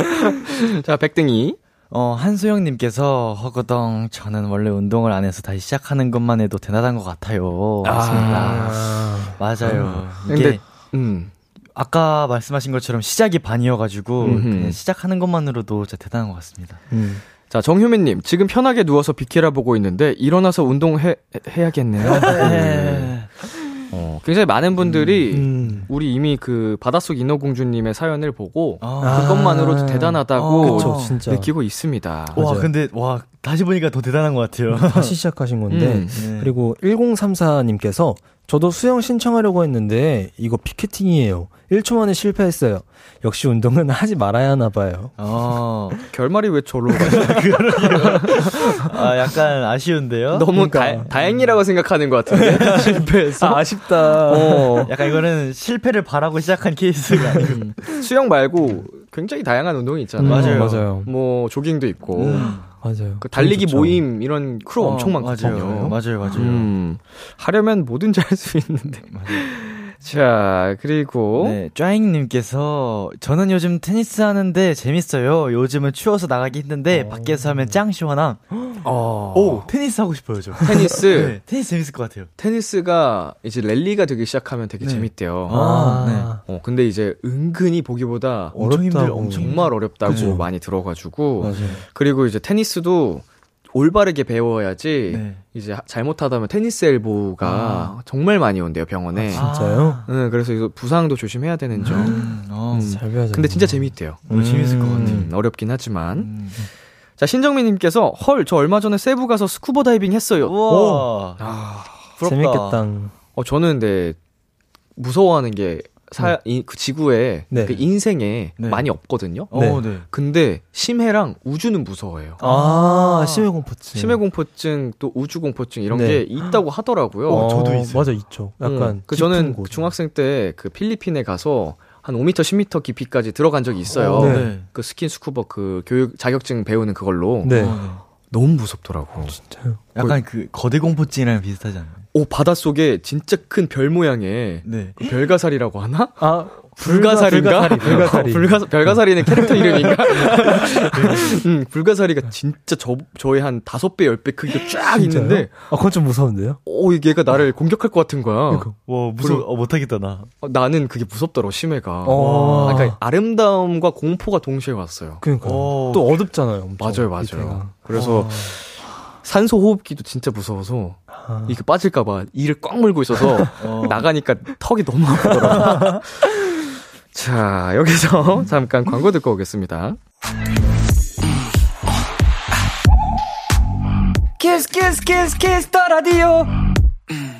B: 자, 백등이.
E: 어, 한소영님께서 허거덩 저는 원래 운동을 안 해서 다시 시작하는 것만 해도 대단한 것 같아요.
D: 아,
E: 맞아요. 이게
D: 예.
B: 근데 음.
E: 아까 말씀하신 것처럼 시작이 반이어가지고
B: 음흠.
E: 그냥 시작하는 것만으로도 진짜 대단한 것 같습니다.
D: 음.
B: 자, 정효민 님. 지금 편하게 누워서 비키라 보고 있는데 일어나서 운동해 해야겠네요. 음. 어, 굉장히 많은 분들이
D: 음.
B: 우리 이미 그 바닷속 인어공주 님의 사연을 보고
E: 아.
B: 그것만으로도
D: 아.
B: 대단하다고
D: 그쵸, 진짜.
B: 느끼고 있습니다.
E: 와
D: 맞아요.
E: 근데 와 다시 보니까 더 대단한 것 같아요.
D: 다시 시작하신 건데.
B: 음.
E: 네.
D: 그리고 1034님께서 저도 수영 신청하려고 했는데 이거 피켓팅이에요. 1초 만에 실패했어요. 역시 운동은 하지 말아야 하나 봐요.
E: 어,
B: 결말이 왜 저로
E: 아 약간 아쉬운데요.
B: 너무 다, 다행이라고 생각하는 것 같은데 그러니까. 실패했어.
D: 아, 쉽다
B: 어,
E: 약간 이거는 실패를 바라고 시작한 케이스가 아니고
B: 수영 말고 굉장히 다양한 운동이 있잖아요.
E: 맞아요.
D: 맞아요.
B: 뭐 조깅도 있고
D: 맞아요.
B: 그 달리기
D: 좋죠.
B: 모임 이런 크루 엄청
E: 어,
B: 많거든요.
E: 맞아요, 맞아요, 맞아요.
B: 음, 하려면 뭐든지 할 수 있는데. 자, 그리고
E: 네, 쫘잉님께서 저는 요즘 테니스 하는데 재밌어요. 요즘은 추워서 나가기 힘든데 밖에서 하면 짱 시원함.
B: 어,
E: 오 어. 아. 테니스 하고 싶어요 저.
B: 테니스
E: 네, 테니스 재밌을 것 같아요.
B: 테니스가 이제 랠리가 되기 시작하면 되게
E: 네.
B: 재밌대요.
D: 아,
B: 어, 근데 이제 은근히 보기보다
D: 어렵다고.
E: 엄청 힘들어, 엄청
B: 정말 어렵다고
D: 그죠.
B: 많이 들어가지고
D: 맞아요.
B: 그리고 이제 테니스도 올바르게 배워야지
E: 네.
B: 이제 하- 잘못하다면 테니스 엘보가 정말 많이 온대요 병원에.
E: 아.
D: 진짜요?
B: 응, 그래서 이거 부상도 조심해야 되는 점.
E: 힘들어. 어,
D: 음, 잘 배워야
B: 근데 진짜 재미있대요.
E: 너무 재밌을 것 같아요.
B: 음, 어렵긴 하지만. 자, 신정민님께서, 헐, 저 얼마 전에 세부 가서 스쿠버 다이빙 했어요.
E: 우와. 아, 부럽다.
D: 재밌겠다.
B: 어, 저는 근데, 무서워하는 게, 사, 이, 그 지구에,
D: 네.
B: 그 인생에
E: 네.
B: 많이 없거든요.
E: 어,
D: 네.
E: 네.
B: 근데, 심해랑 우주는 무서워해요.
D: 아, 심해공포증.
B: 심해공포증, 또 우주공포증 이런
D: 네.
B: 게 있다고 하더라고요.
D: 어,
E: 저도 있어요.
D: 맞아, 있죠. 약간.
B: 음, 그
D: 깊은
B: 저는
D: 곳.
B: 중학생 때 그 필리핀에 가서 한 5m, 10m 깊이까지 들어간 적이 있어요.
D: 어, 네.
E: 네.
B: 그 스킨 스쿠버 그 교육 자격증 배우는 그걸로
D: 네.
E: 어,
B: 너무 무섭더라고.
D: 진짜요?
E: 네. 약간 그 거대 공포증이랑 비슷하지 않나요?
B: 오 바닷 속에 진짜 큰 별 모양의
E: 네.
B: 그 별가살이라고 하나?
D: 아,
B: 불가사리인가?
D: 불가사리,
B: 어,
D: 불가사리. 네.
B: 불가, 별가사리는 캐릭터 이름인가? 음, 불가사리가 진짜 저, 저의 한 다섯 배, 열 배 크기가 쫙
D: 진짜요?
B: 있는데,
D: 아, 그건 좀 무서운데요?
B: 오, 얘가 나를 공격할 것 같은 거야.
E: 와 무슨 어, 못하겠다 나.
B: 어, 나는 그게 무섭더라고, 심해가.
D: 어.
B: 아, 그러니까 아름다움과 공포가 동시에 왔어요.
D: 그니까.
E: 오.
D: 또 어둡잖아요. 엄청,
B: 맞아요,
D: 밑에가. 어.
B: 맞아요. 그래서 산소 호흡기도 진짜 무서워서
D: 아.
B: 이게 그 빠질까봐 이를 꽉 물고 있어서 나가니까 턱이 너무 아프더라. 자, 여기서 잠깐 광고 듣고 오겠습니다.
C: 키스 키스 키스 키스 더 라디오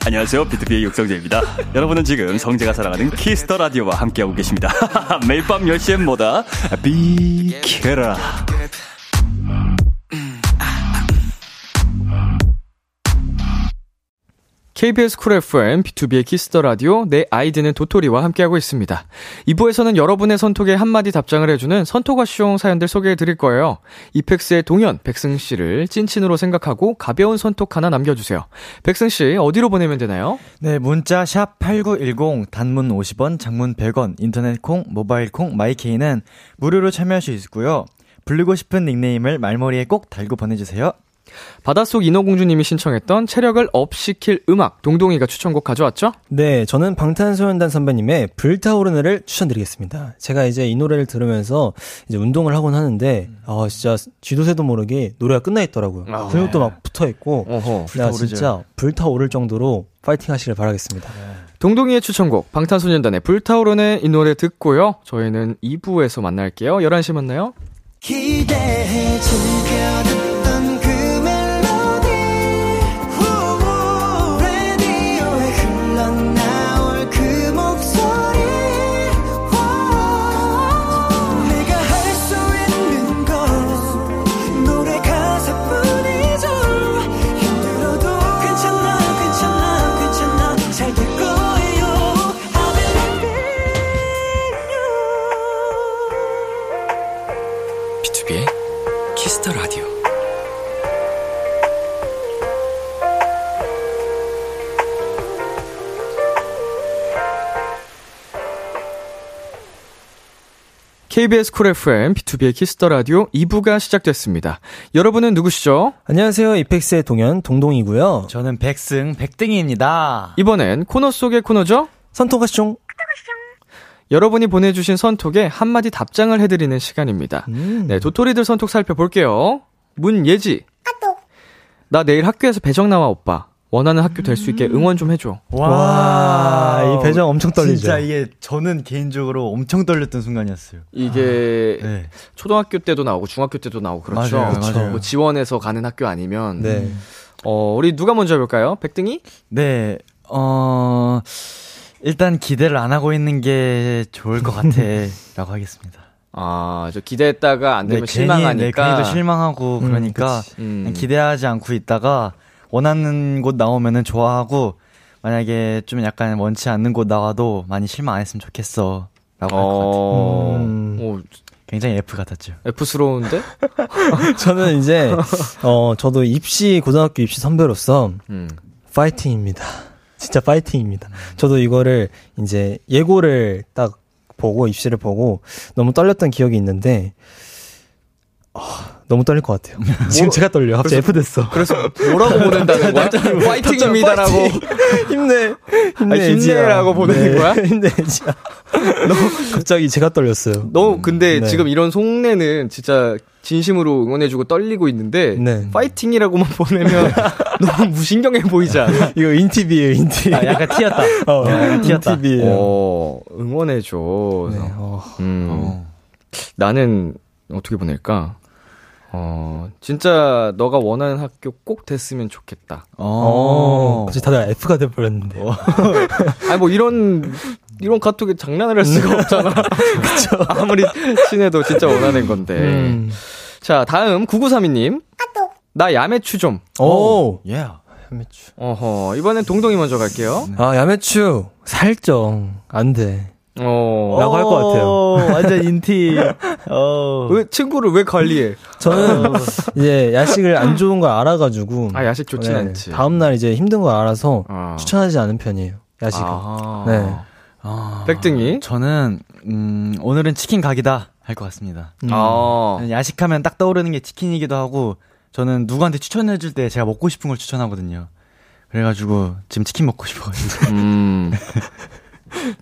F: 안녕하세요. 비트비의 육성재입니다. 여러분은 지금 성재가 사랑하는 키스터 라디오와 함께하고 계십니다. 매일 밤 10시엔 뭐다? 비케라.
B: KBS 쿨 FM, B2B의 키스터 라디오, 내 아이디는 도토리와 함께하고 있습니다. 2부에서는 여러분의 선톡에 한마디 답장을 해주는 선톡아쇼 사연들 소개해 드릴 거예요. 이펙스의 동현, 백승씨를 찐친으로 생각하고 가벼운 선톡 하나 남겨주세요. 백승씨, 어디로 보내면 되나요?
E: 네 문자 샵 #8910 단문 50원, 장문 100원, 인터넷 콩, 모바일 콩, 마이케이는 무료로 참여할 수 있고요. 부르고 싶은 닉네임을 말머리에 꼭 달고 보내주세요.
B: 바닷속 인어공주님이 신청했던 체력을 업시킬 음악, 동동이가 추천곡 가져왔죠?
D: 네, 저는 방탄소년단 선배님의 불타오르네를 추천드리겠습니다. 제가 이제 이 노래를 들으면서 이제 운동을 하곤 하는데,
B: 음.
D: 아, 진짜 쥐도새도 모르게 노래가 끝나 있더라고요. 근육도 막 붙어 있고,
B: 아, 네. 어허.
D: 나
E: 불타오르죠.
D: 진짜 불타오를 정도로 파이팅 하시길 바라겠습니다.
B: 네. 동동이의 추천곡, 방탄소년단의 불타오르네 이 노래 듣고요. 저희는 2부에서 만날게요. 11시 만나요.
C: 기대해 즐겨 듣던 그 멜로디 후, 라디오에 흘러나올 그 목소리 와, 내가 할 수 있는 건 노래 가사뿐이죠 힘들어도 괜찮아 괜찮아 괜찮아 잘 될 거예요 I've been loving you
A: B2B의 키스터 라디오.
B: KBS 쿨 FM, B2B의 키스터 라디오 2부가 시작됐습니다. 여러분은 누구시죠?
D: 안녕하세요. 이펙스의 동현 동동이고요.
E: 저는 백승 백등이입니다.
B: 이번엔 코너 속의 코너죠?
D: 선통가시종.
B: 여러분이 보내주신 선톡에 한마디 답장을 해드리는 시간입니다.
E: 음.
B: 네, 도토리들 선톡 살펴볼게요. 문예지. 나 내일 학교에서 배정 나와, 오빠. 원하는 학교 될 수 있게
E: 음.
B: 응원 좀 해줘.
D: 와, 아,
B: 아,
D: 이 배정 엄청 떨리죠.
E: 진짜 이게 저는 개인적으로 엄청 떨렸던 순간이었어요.
B: 이게
E: 네.
B: 초등학교 때도 나오고 중학교 때도 나오고 그렇죠.
E: 맞아요, 그쵸. 맞아요.
B: 뭐 지원해서 가는 학교 아니면
D: 네.
B: 어 우리 누가 먼저 해볼까요? 백등이?
E: 네, 어, 일단 기대를 안 하고 있는 게 좋을 것 같아. 라고 하겠습니다.
B: 아저 기대했다가 안 되면
E: 네, 괜히, 네,
B: 실망하니까.
E: 괜히도 실망하고, 그러니까,
D: 그치.
B: 음.
E: 그냥 기대하지 않고 있다가, 원하는 곳 나오면은 좋아하고, 만약에 좀 약간 원치 않는 곳 나와도 많이 실망 안 했으면 좋겠어. 라고 할 것 같아요.
B: 어,
D: 음.
B: 오,
E: 굉장히 F 같았죠.
B: F스러운데?
D: 저는 이제, 어, 저도 입시, 고등학교 입시 선배로서
B: 음.
D: 파이팅입니다. 진짜 파이팅입니다. 저도 이거를 이제 예고를 딱 보고 입시를 보고 너무 떨렸던 기억이 있는데 아, 너무 떨릴 것 같아요. 지금 제가 떨려. 갑자기 F 됐어.
B: 그래서 뭐라고 보낸다는 거야? 화이팅입니다라고.
D: 힘내.
B: 아니,
D: 힘내. 지아.
B: 힘내라고 보내는
D: 네,
B: 거야?
D: 힘내. 지아. 너무 갑자기 제가 떨렸어요.
B: 너무 근데
D: 네.
B: 지금 이런 속내는 진짜 진심으로 응원해주고 떨리고 있는데
D: 네.
B: 파이팅이라고만 보내면 너무 무신경해 보이지 않아?
D: 이거 인티비예요, 인티.
E: 아, 약간 티였다.
D: 어,
E: 약간 티였다.
D: 인티비예요.
B: 어, 응원해줘.
D: 네, 어.
B: 음. 나는 어떻게 보낼까? 어, 진짜 너가 원하는 학교 꼭 됐으면 좋겠다.
D: 어.
E: 어.
D: 갑자기 다들 F가 돼버렸는데.
B: 아니 뭐 이런 이런 카톡에 장난을 할 수가 없잖아. 그쵸. 아무리 친해도 진짜 원하는 건데.
D: 음.
B: 자, 다음 9932님. 나 야매추 좀.
D: 오.
E: 예.
D: 야매추.
B: 어허. 이번엔 동동이 먼저 갈게요.
D: 아, 야매추, 살정, 안 돼.
B: 어.
D: 라고 할것 같아요.
E: 완전 인티. 어.
B: 왜 친구를 왜 관리해?
D: 저는 이제 야식을 안 좋은 걸 알아가지고.
B: 아, 야식 좋진
D: 네,
B: 않지.
D: 다음날 이제 힘든 걸 알아서
B: 아.
D: 추천하지 않은 편이에요, 야식은.
B: 아.
D: 네.
B: 백등이.
E: 저는 음, 오늘은 치킨 각이다 할 것 같습니다.
B: 어.
E: 야식하면 딱 떠오르는 게 치킨이기도 하고 저는 누구한테 추천해 줄 때 제가 먹고 싶은 걸 추천하거든요. 그래가지고 지금 치킨 먹고 싶어가지고
B: 음.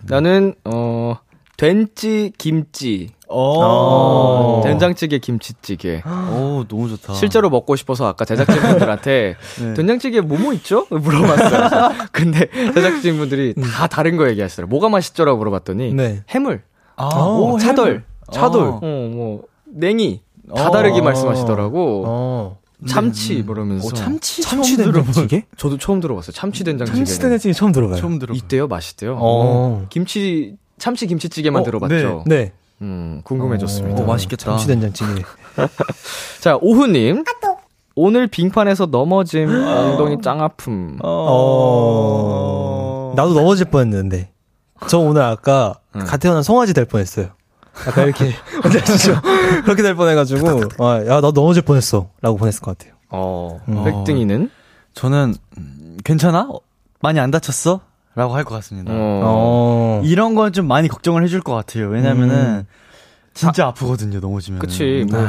B: 나는 어 된찌 김치. 어.
E: 오.
B: 된장찌개 김치찌개.
E: 오 너무 좋다.
B: 실제로 먹고 싶어서 아까 제작진분들한테
E: 네.
B: 된장찌개 뭐뭐 있죠? 물어봤어요. 근데 제작진분들이 다 다른 거 얘기하시더라고요. 뭐가 맛있죠라고 물어봤더니
D: 네.
B: 해물,
E: 아,
B: 뭐
E: 오,
B: 차돌, 차돌,
E: 어.
B: 어, 뭐 냉이 다
E: 어.
B: 다르게 말씀하시더라고.
D: 어.
B: 참치 그러면서
E: 오, 참치
D: 참치
E: 처음 들어본-
D: 된장찌개?
B: 저도 처음 들어봤어요. 참치 된장찌개.
D: 참치 된장찌개 처음 들어봐요.
E: 처음 들어.
B: 이때요 맛있대요.
D: 어.
B: 김치 참치 김치찌개만
E: 어,
B: 들어봤죠.
D: 네.
B: 음, 궁금해졌습니다.
E: 오, 어, 맛있겠다.
D: 참치 된장찌개.
B: 자, 오후님. 오늘 빙판에서 넘어짐 엉덩이 짱 아픔.
D: 어. 나도 넘어질 뻔했는데. 저 오늘 아까 갓 태어난 송아지 될 뻔했어요. 아까 이렇게 혼자시죠. 그렇게 될 뻔해가지고 아, 야나 넘어질 뻔했어라고 보냈을 것 같아요.
B: 어, 백등이는?
E: 저는 음, 괜찮아? 어, 많이 안 다쳤어? 라고 할 것 같습니다.
B: 어.
D: 어.
E: 이런 건 좀 많이 걱정을 해줄 것 같아요.
D: 음.
E: 왜냐면은 진짜 아, 프거든요 넘어지면.
B: 그치, 뭐.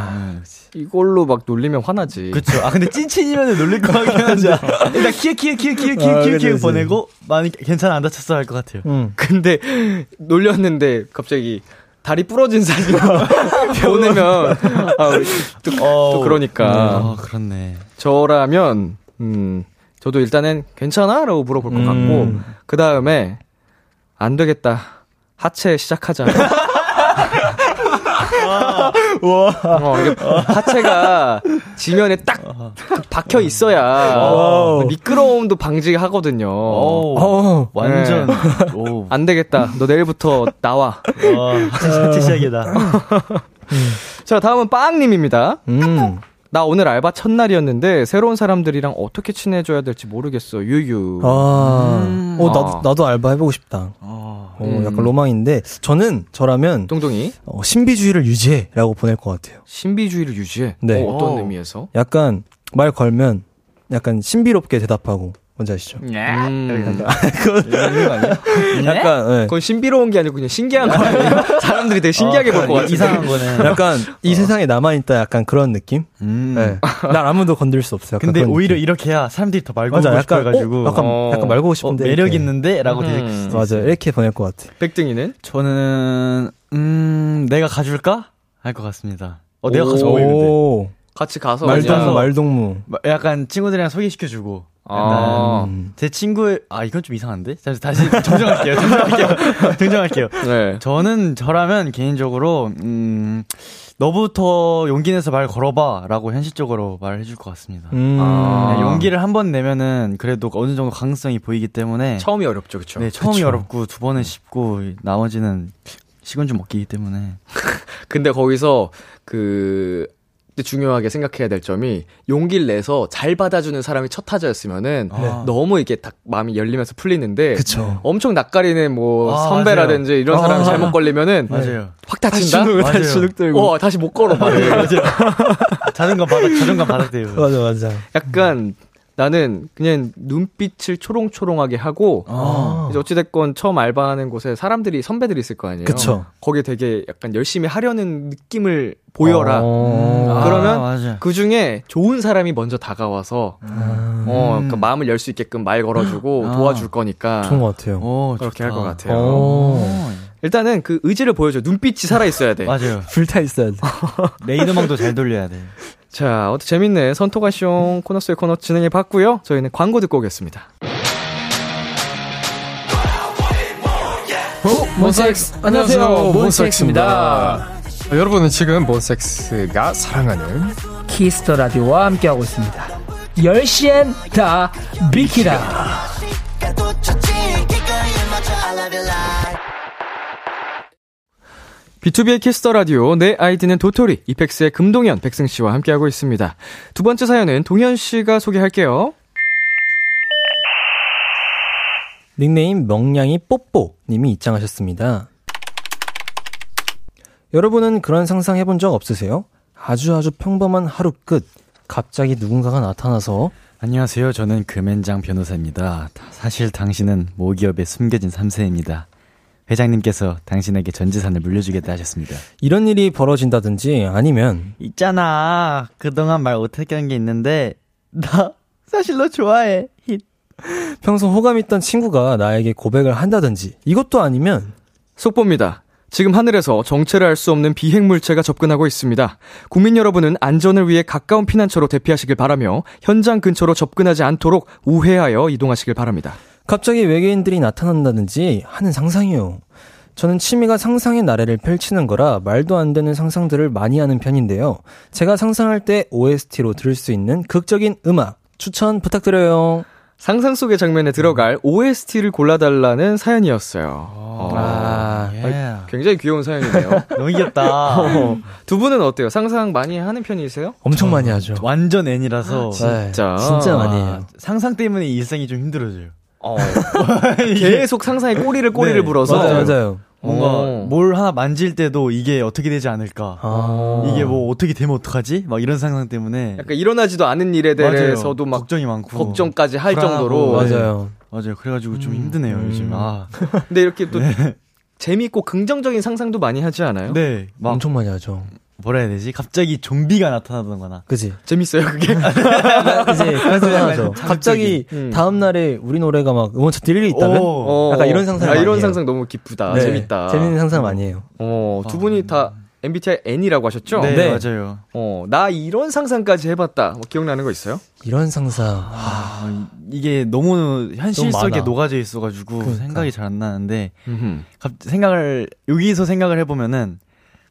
B: 이걸로 막 놀리면 화나지.
E: 그쵸. 아, 근데 찐친이면 놀릴 거 같긴 한데. 일단 키읔, 키읔, 키읔, 키읔,
D: 아,
E: 키읔, 키읔,
D: 그치,
E: 키읔
D: 그치.
E: 보내고, 많이, 괜찮아, 안 다쳤어 할 것 같아요.
D: 음.
B: 근데 놀렸는데 갑자기 다리 부러진 사진 보내면 아, 우리 또, 또 그러니까
E: 아, 그렇네.
B: 저라면 음 저도 일단은 괜찮아라고 물어볼 것
D: 음.
B: 같고 그 다음에 안 되겠다 하체 시작하자. 어, 이게 하체가 지면에 딱 박혀 있어야 미끄러움도 방지하거든요.
E: 오,
D: 어.
E: 완전, 오.
B: 안 되겠다. 너 내일부터 나와.
E: 와, 진짜 시작이다.
B: 자, 다음은 빵님입니다.
D: 음.
B: 나 오늘 알바 첫날이었는데 새로운 사람들이랑 어떻게 친해져야 될지 모르겠어. 유유.
D: 아. 어
B: 아.
D: 나도 나도 알바 해보고 싶다.
E: 어,
D: 어,
B: 음.
D: 약간 로망인데 저는 저라면
B: 동동이
D: 어, 신비주의를 유지해라고 보낼 것 같아요.
B: 신비주의를 유지해.
D: 네.
B: 어, 떤
E: 오.
B: 의미에서?
D: 약간 말 걸면 약간 신비롭게 대답하고 뭔지 아시죠?
B: 음,
D: 약간 예.
B: 그건 신비로운 게 아니고 그냥 신기한 거예요. 사람들이 되게 신기하게 볼 것 같아.
E: 이상한 거네.
D: 약간 이 세상에 남아 있다 약간 그런 느낌?
E: 음.
D: 예. 날 아무도 건드릴 수 없어. 약간
E: 근데
D: 그런
E: 오히려
D: 느낌.
E: 이렇게 해야 사람들이 더 말고
D: 맞아
E: 싶어
D: 약간
E: 해가지고.
D: 어, 약간
B: 어.
D: 약간 말고
E: 어,
D: 싶은데
E: 매력
D: 이렇게.
E: 있는데? 라고 되게.
B: 음.
D: 맞아 이렇게 보낼 것 같아.
B: 백등이는
E: 저는, 음, 내가 가줄까? 할 것 같습니다. 어, 내가 가서 먹는데.
D: 오
B: 같이 가서
D: 말동무
B: 그냥-
D: 말동무.
E: 약간 친구들이랑 소개시켜주고.
B: 아,
E: 제 친구의 아 이건 좀 이상한데 다시 다시 정정할게요 정정할게요 정정할게요
B: 네.
E: 저는 저라면 개인적으로 음 너부터 용기 내서 말 걸어봐라고 현실적으로 말해줄 것 같습니다
D: 음.
B: 아.
E: 네, 용기를 한 번 내면은 그래도 어느 정도 가능성이 보이기 때문에
B: 처음이 어렵죠, 그렇죠?
E: 네 처음이
D: 그쵸.
E: 어렵고 두 번은 쉽고 나머지는 식은 좀 먹기이기 때문에
B: 근데 거기서 그 근데 중요하게 생각해야 될 점이 용기를 내서 잘 받아주는 사람이 첫 타자였으면은
E: 네.
B: 너무 이게 딱 마음이 열리면서 풀리는데
D: 그쵸.
B: 엄청 낯가리는 뭐
E: 아,
B: 선배라든지 이런 사람이 잘못 걸리면은
E: 맞아요
B: 확 아. 다친다.
E: 다시 맞아요. 주눅
B: 어 다시 못 걸어. 막.
E: 자존감 바닥 자존감 바닥돼요
D: 맞아 맞아.
B: 약간 나는 그냥 눈빛을 초롱초롱하게 하고
D: 아.
B: 이제 어찌됐건 처음 알바하는 곳에 사람들이 선배들이 있을 거 아니에요.
D: 그쵸.
B: 거기에 되게 약간 열심히 하려는 느낌을 보여라.
D: 어.
E: 아,
B: 그러면
E: 맞아요.
B: 그 중에 좋은 사람이 먼저 다가와서
D: 음.
B: 어, 그러니까 마음을 열 수 있게끔 말 걸어주고
E: 아.
B: 도와줄 거니까
D: 좋은 것 같아요.
E: 오
B: 그렇게
E: 좋다.
B: 할 것 같아요.
D: 어.
E: 어,
B: 일단은 그 의지를 보여줘. 눈빛이 살아 있어야 돼.
E: 맞아요
D: 불타 있어야 돼.
E: 레이더망도 잘 돌려야 돼.
B: 자, 어때 재밌네. 선토가 쇼 코너 속의 코너 진행해 봤고요. 저희는 광고 듣고 오겠습니다.
G: 몬섹스 안녕하세요 몬섹스입니다 여러분은 지금 몬섹스가 사랑하는
H: 키스터 라디오와 함께하고 있습니다. 10시엔 다 비키라.
B: B2B의 키스터 라디오 내 아이디는 도토리 이펙스의 금동현 백승 씨와 함께하고 있습니다. 두 번째 사연은 동현 씨가 소개할게요.
D: 닉네임 명량이 뽀뽀님이 입장하셨습니다. 여러분은 그런 상상 해본 적 없으세요? 아주 아주 평범한 하루 끝. 갑자기 누군가가 나타나서
E: 안녕하세요. 저는 금앤장 변호사입니다. 사실 당신은 모기업에 숨겨진 3세입니다. 회장님께서 당신에게 전 재산을 물려주겠다 하셨습니다.
D: 이런 일이 벌어진다든지 아니면
E: 있잖아. 그동안 말 못했던 게 있는데 나 사실 너 좋아해. 힛.
D: 평소 호감 있던 친구가 나에게 고백을 한다든지 이것도 아니면
B: 속보입니다. 지금 하늘에서 정체를 알 수 없는 비행 물체가 접근하고 있습니다. 국민 여러분은 안전을 위해 가까운 피난처로 대피하시길 바라며 현장 근처로 접근하지 않도록 우회하여 이동하시길 바랍니다.
D: 갑자기 외계인들이 나타난다든지 하는 상상이요. 저는 취미가 상상의 나래를 펼치는 거라 말도 안 되는 상상들을 많이 하는 편인데요. 제가 상상할 때 OST로 들을 수 있는 극적인 음악 추천 부탁드려요.
B: 상상 속의 장면에 들어갈 OST를 골라달라는 사연이었어요. 어,
D: 아,
E: 예.
B: 굉장히 귀여운 사연이네요.
E: 너무 귀엽다.
B: 두 분은 어때요? 상상 많이 하는 편이세요?
D: 엄청 많이 하죠. 네,
E: 완전 N이라서
B: 진짜.
D: 진짜 많이
E: 아,
D: 해요.
E: 상상 때문에 이 일상이 좀 힘들어져요.
B: 어. 계속 상상에 꼬리를 꼬리를
E: 네,
B: 물어서.
D: 맞아요, 맞아요.
E: 뭔가
B: 어.
E: 뭘 하나 만질 때도 이게 어떻게 되지 않을까?
D: 아.
E: 이게 뭐 어떻게 되면 어떡하지? 막 이런 상상 때문에
B: 약간 일어나지도 않은 일에
E: 맞아요.
B: 대해서도 막
E: 걱정이 많고
B: 걱정까지 할
E: 불안하고.
B: 정도로.
D: 맞아요.
E: 맞아요. 그래가지고
D: 음.
E: 좀 힘드네요 요즘. 아,
B: 근데 이렇게 또 재미있고 긍정적인 상상도 많이 하지 않아요?
E: 네, 막
D: 엄청 많이 하죠.
E: 뭐라 해야 되지? 갑자기 좀비가 나타나던거나
D: 그지?
B: 재밌어요, 그게.
D: 그러니까 이제 상상하죠.
E: 자극적인.
D: 갑자기
B: 음.
D: 다음 날에 우리 노래가 막 음원차 1위 있다면
E: 오.
D: 약간 이런 상상
B: 아,
D: 많이
B: 이런
D: 해요.
B: 상상 너무 기쁘다.
D: 네,
B: 재밌다.
D: 재밌는 상상 많이 해요.
B: 어, 두 분이 다 MBTI N이라고 하셨죠?
E: 아. 네,
D: 네.
E: 맞아요.
B: 어, 나 이런 상상까지 해봤다. 뭐 기억나는 거 있어요?
D: 이런 상상.
E: 아, 이게 너무 현실
D: 너무 그러니까.
E: 속에
D: 많아.
E: 녹아져 있어가지고 생각이 잘 안 나는데 갑, 생각을 여기서 생각을 해보면은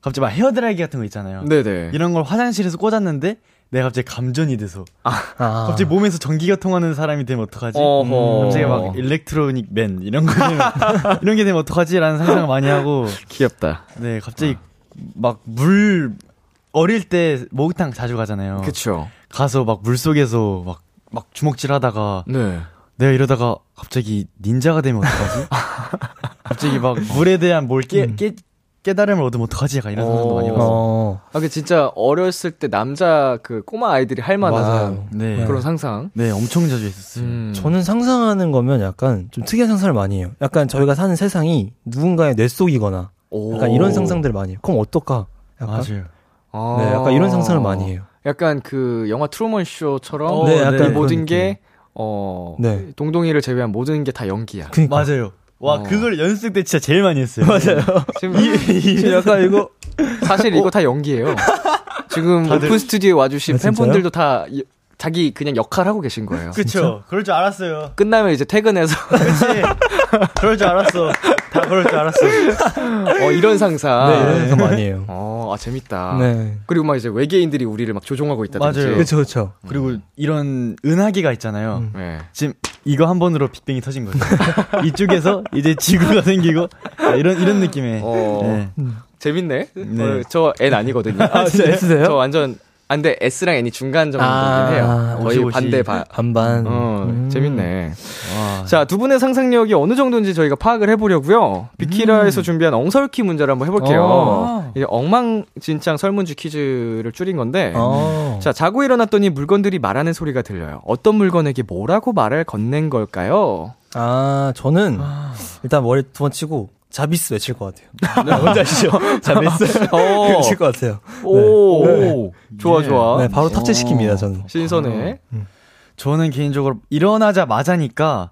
E: 갑자기 막 헤어드라이기 같은 거 있잖아요.
B: 네네.
E: 이런 걸 화장실에서 꽂았는데 내가 갑자기 감전이 돼서
D: 아.
E: 갑자기 몸에서 전기가 통하는 사람이 되면 어떡하지? 음,
B: 어허.
E: 갑자기 막 일렉트로닉 맨 이런 거 되면 이런 게 되면 어떡하지라는 상상을 많이 하고
B: 귀엽다.
E: 네 갑자기 막 물 어릴 때 목욕탕 자주 가잖아요.
B: 그쵸.
E: 가서 막 물 속에서 막 막 주먹질하다가
B: 네.
E: 내가 이러다가 갑자기 닌자가 되면 어떡하지? 갑자기 막 물에 대한 뭘 깨, 깨, 깨달음을 얻으면 어떡하지? 약간 이런 생각도 많이 해봤어요.
D: 어.
B: 아, 그 진짜 어렸을 때 남자 그 꼬마 아이들이 할 만한
D: 맞아요.
E: 네.
B: 어, 그런 상상. 음.
E: 네, 엄청 자주 했었어요.
D: 저는 상상하는 거면 약간 좀 특이한 상상을 많이 해요. 약간 저희가 사는 세상이 누군가의 뇌 속이거나 약간 이런 상상들을 많이 해요. 그럼 어떨까? 약간
E: 맞아요.
B: 아.
D: 네, 약간 이런 상상을 많이 해요.
B: 약간 그 영화 트루먼 쇼처럼
D: 네, 약간
B: 이
D: 그런
B: 모든
D: 느낌.
B: 게 어,
D: 네.
B: 동동이를 제외한 모든 게 다 연기야.
D: 그니까.
E: 맞아요. 와,
B: 어.
E: 그걸 연습 때 진짜 제일 많이 했어요. 맞아요.
B: 지금
D: 지금 약간 이거
B: 사실 이거 다 연기예요. 지금 오픈 스튜디오에 와주신
D: 아, 진짜요?
B: 팬분들도 다 이- 자기 그냥 역할 하고 계신
E: 아,
B: 거예요.
E: 그쵸. 그럴 줄 알았어요.
B: 끝나면 이제 퇴근해서
E: 그치. 그럴 줄 알았어. 다 그럴 줄 알았어.
B: 어, 이런 상상.
D: 네, 이런 상상 많이 해요.
B: 어, 아 재밌다.
D: 네.
B: 그리고 막 이제 외계인들이 우리를 막 조종하고 있다든지.
E: 맞아요.
D: 그렇죠, 그렇죠.
E: 그리고 이런 은하계가 있잖아요.
B: 네.
E: 지금 이거 한 번으로 빅뱅이 터진 거죠. 이쪽에서 이제 지구가 생기고 아, 이런 이런 느낌의
B: 어.
E: 네.
B: 재밌네.
E: 네.
B: 어, 저 N 아니거든요. 네.
D: 아, 진짜 S세요?
B: 저 완전 안돼 S랑 N이 중간 정도긴
D: 아,
B: 해요. 거의
E: 50, 50.
B: 반대 반.
D: 반반.
B: 어,
D: 음.
B: 재밌네. 자, 두 분의 상상력이 어느 정도인지 저희가 파악을 해보려고요. 비키라에서 준비한 엉설키 문제를 한번 해볼게요.
D: 음. 어.
B: 이제 엉망진창 설문지 퀴즈를 줄인 건데.
D: 어.
B: 자, 자고 일어났더니 물건들이 말하는 소리가 들려요. 어떤 물건에게 뭐라고 말을 건넨 걸까요?
D: 아, 저는 일단 머리 두 번 치고 자비스 외칠 것 같아요. 네, 뭔지 아시죠? 자비스.
B: 어.
D: 외칠 것 같아요.
B: 오, 좋아,
E: 예.
B: 좋아.
D: 네, 바로 탑재시킵니다, 저는.
B: 신선해.
E: 저는 개인적으로 일어나자마자니까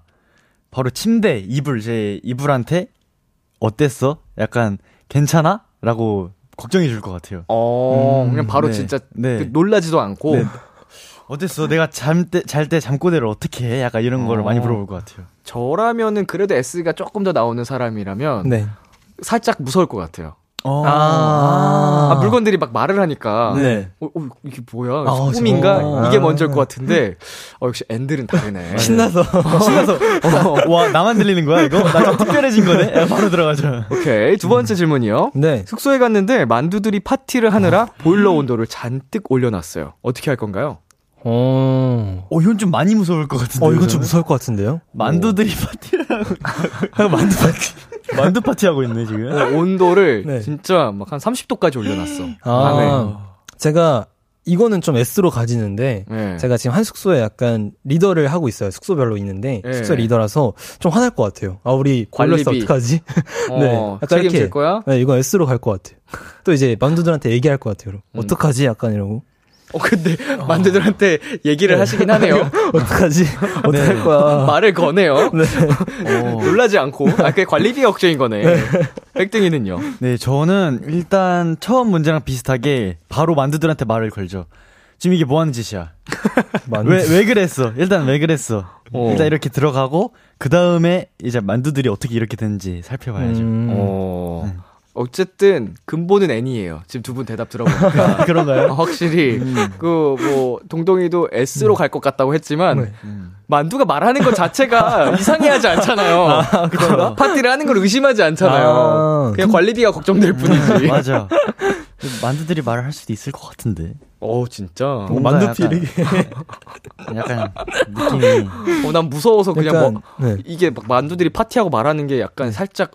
E: 바로 침대 이불 제 이불한테 어땠어? 약간 괜찮아? 라고 걱정해 줄 것 같아요.
B: 어, 그냥 바로
E: 네.
B: 진짜
E: 네.
B: 그 놀라지도 않고.
E: 네. 어땠어? 내가 잠때 잘 때 잠꼬대를 어떻게 해? 약간 이런 거를 많이 물어볼 것 같아요.
B: 저라면은 그래도 S가 조금 더 나오는 사람이라면
D: 네.
B: 살짝 무서울 것 같아요.
D: 아,
B: 아, 물건들이 막 말을 하니까.
E: 네.
B: 어, 어, 이게 뭐야?
D: 아,
B: 꿈인가?
D: 정말.
B: 이게
D: 아.
B: 먼저일 것 같은데. 어, 역시 앤들은 다르네.
D: 신나서.
E: 어. 와 나만 들리는 거야 이거? 나 좀 특별해진 거네. 바로 들어가죠.
B: 오케이. 두 번째 질문이요.
D: 네.
B: 숙소에 갔는데 만두들이 파티를 하느라 보일러 온도를 잔뜩 올려놨어요. 어떻게 할 건가요?
D: 어.
E: 어 이건 좀 많이 무서울 것 같은데.
D: 어, 이건 좀 무서울 것 같은데요?
E: 만두들이 파티를 하고 만두 파티 만두 파티 하고 있네 지금.
B: 온도를
D: 네.
B: 아. 진짜 막 한 30도까지 올려놨어.
D: 아, 제가 이거는 좀 S로 가지는데
B: 네.
D: 제가 지금 한 숙소에 약간 리더를 하고 있어요. 숙소별로 있는데
B: 예.
D: 숙소 리더라서 좀 화날 것 같아요. 아 우리 관리서
B: 관리비.
D: 어떡하지?
B: 어, 책임질 거야?
D: 네, 이건 S로 갈 것 같아요. 또 이제 만두들한테 얘기할 것 같아요.
B: 음.
D: 그럼. 어떡하지? 약간 이러고
B: 어, 근데 만두들한테 얘기를 하시긴 하네요.
D: 어떡하지? 어떡할 거야?
B: 말을 거네요. 놀라지 않고. 아, 그게 관리비 걱정인 거네. 백등이는요.
E: 네, 저는 일단 처음 문제랑 비슷하게 바로 만두들한테 말을 걸죠. 지금 이게 뭐 하는 짓이야?
D: 만두.
E: 왜, 왜 그랬어? 일단 왜 그랬어?
B: 어.
E: 일단 이렇게 들어가고, 그 다음에 이제 만두들이 어떻게 이렇게 되는지 살펴봐야죠.
D: 음.
B: 어. 어쨌든 근본은 N이에요. 지금 두 분 대답 들어보니까
E: 그런가요?
B: 확실히 그 뭐 동동이도 S로 갈 것 같다고 했지만 만두가 말하는 것 자체가 이상해하지 않잖아요. 파티를 하는 걸 의심하지 않잖아요.
D: 아.
B: 그냥 관리비가 걱정될 뿐이지.
E: 음. 맞아. 만두들이 말을 할 수도 있을 것 같은데.
B: 어 진짜.
E: 뭔가 약간, 약간 느낌이.
B: 어, 난 무서워서 그냥
D: 약간,
B: 뭐
D: 네.
B: 이게 막 만두들이 파티하고 말하는 게 약간 살짝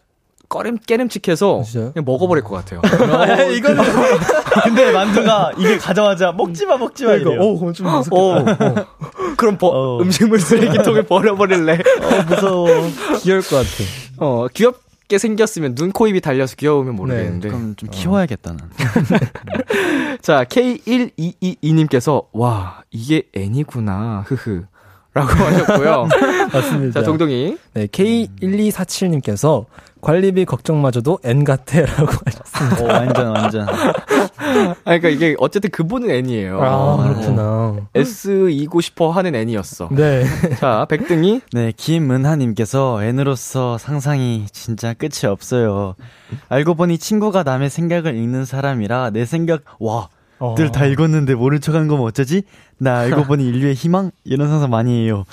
B: 꺼림 깨름칙해서
D: 아, 진짜요?
B: 그냥 먹어버릴 것 같아요.
E: 이거는. 근데 만두가 이게 가자마자 먹지 마, 먹지 마. 이거.
D: 어, 그건 좀 무섭겠다.
B: 어. 그럼 버-
E: 어.
B: 음식물 쓰레기통에 버려버릴래.
E: 무서워.
D: 귀여울 것 같아.
B: 어, 귀엽게 생겼으면 눈, 코, 입이 달려서
D: 네,
B: 귀여우면 모르겠는데.
E: 그럼 좀 키워야겠다, 는
B: 자, K1222님께서, 와, 이게 N이구나, 흐흐. 라고 하셨고요.
D: 맞습니다.
B: 자, 동동이.
D: 네, K1247님께서 관리비 걱정마저도 N 같애라고 하셨습니다.
E: 오, 완전, 완전.
B: 아, 그러니까 이게 어쨌든 그분은 N이에요.
D: 아, 그렇구나.
B: S이고 싶어 하는 N이었어.
D: 네.
B: 자, 백등이.
E: 네, 김은하님께서 N으로서 상상이 진짜 끝이 없어요. 알고 보니 친구가 남의 생각을 읽는 사람이라 내 생각, 와,
D: 어.
E: 늘 다 읽었는데 모른 척 하는 거면 어쩌지? 나 알고 보니 인류의 희망? 이런 상상 많이 해요.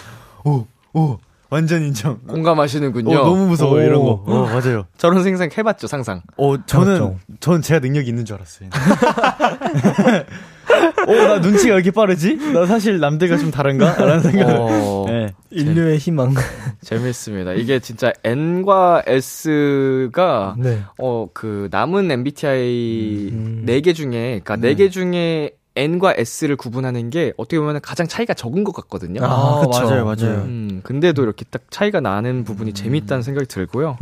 E: 오, 오, 완전 인정. 오,
B: 공감하시는군요.
E: 어, 너무 무서워,
D: 오.
E: 이런 거. 어, 맞아요.
B: 저런 생각 해봤죠, 상상.
E: 어,
D: 맞죠.
E: 저는, 전 제가 능력이 있는 줄 알았어요. 오, 나 눈치가 왜 이렇게 빠르지? 나 사실 남들과 좀 다른가? 라는 생각을.
B: 어,
E: 네.
D: 인류의 희망.
B: 재밌습니다. 이게 진짜 N과 S가
D: 네.
B: 어, 그, 남은 MBTI 네 4개 중에, 그니까 네. 4개 중에 N과 S를 구분하는 게 어떻게 보면 가장 차이가 적은 것 같거든요.
E: 아,
D: 그쵸.
E: 맞아요, 맞아요.
B: 음, 근데도 이렇게 딱 차이가 나는 부분이 재밌다는 생각이 들고요.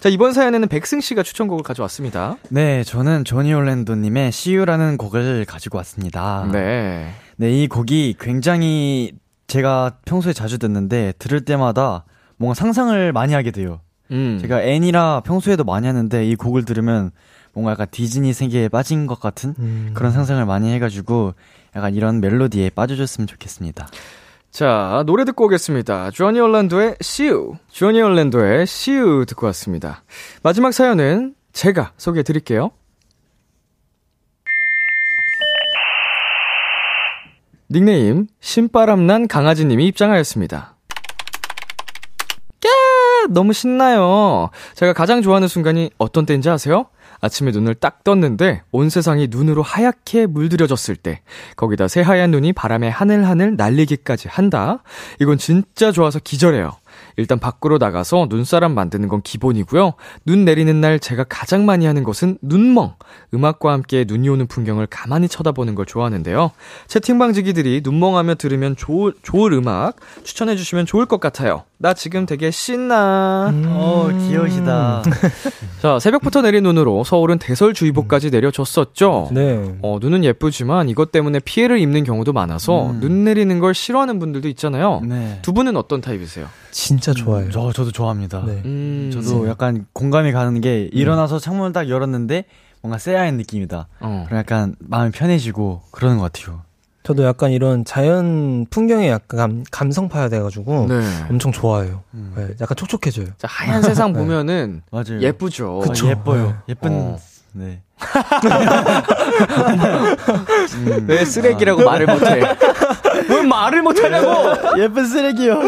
B: 자, 이번 사연에는 백승 씨가 추천곡을 가져왔습니다.
E: 네, 저는 조니 올랜도님의 See You라는 곡을 가지고 왔습니다.
B: 네.
E: 네, 이 곡이 굉장히 제가 평소에 자주 듣는데 들을 때마다 뭔가 상상을 많이 하게 돼요.
B: 음.
E: 제가 애니라 평소에도 많이 하는데 이 곡을 들으면 뭔가 약간 디즈니 세계에 빠진 것 같은
B: 음.
E: 그런 상상을 많이 해가지고 약간 이런 멜로디에 빠져줬으면 좋겠습니다.
B: 자, 노래 듣고 오겠습니다. 주어니 올란도의 See You. 주어니 올란도의 See You 듣고 왔습니다. 마지막 사연은 제가 소개해 드릴게요. 닉네임, 신바람난 강아지님이 입장하였습니다. 까! 너무 신나요. 제가 가장 좋아하는 순간이 어떤 때인지 아세요? 아침에 눈을 딱 떴는데 온 세상이 눈으로 하얗게 물들여졌을 때 거기다 새하얀 눈이 바람에 하늘하늘 날리기까지 한다. 이건 진짜 좋아서 기절해요. 일단 밖으로 나가서 눈사람 만드는 건 기본이고요. 눈 내리는 날 제가 가장 많이 하는 것은 눈멍. 음악과 함께 눈이 오는 풍경을 가만히 쳐다보는 걸 좋아하는데요. 채팅방지기들이 눈멍하며 들으면 좋을, 좋을 음악 추천해주시면 좋을 것 같아요. 나 지금 되게 신나.
E: 어, 귀여우시다.
B: 음. 자, 새벽부터 내린 눈으로 서울은 대설주의보까지 내려졌었죠.
D: 네.
B: 어, 눈은 예쁘지만 이것 때문에 피해를 입는 경우도 많아서 눈 내리는 걸 싫어하는 분들도 있잖아요.
E: 네.
B: 두 분은 어떤 타입이세요?
D: 진짜 음, 좋아요.
E: 저, 저도 좋아합니다.
D: 네.
B: 음,
E: 저도 약간 공감이 가는 게 일어나서 창문을 딱 열었는데 뭔가 쎄하인 느낌이다.
B: 어.
E: 그럼 약간 마음이 편해지고 그러는 것 같아요.
D: 저도 약간 이런 자연 풍경에 약간 감, 감성 파야 돼가지고
B: 네.
D: 엄청 좋아해요. 네, 약간 촉촉해져요.
B: 자, 하얀 세상 보면은
E: 맞아요.
B: 예쁘죠.
E: 아, 예뻐요. 예쁜.
B: 어.
E: 네.
B: 왜 쓰레기라고 말을 못해? 아. 왜 말을 못하냐고!
E: 아, 예쁜 쓰레기요.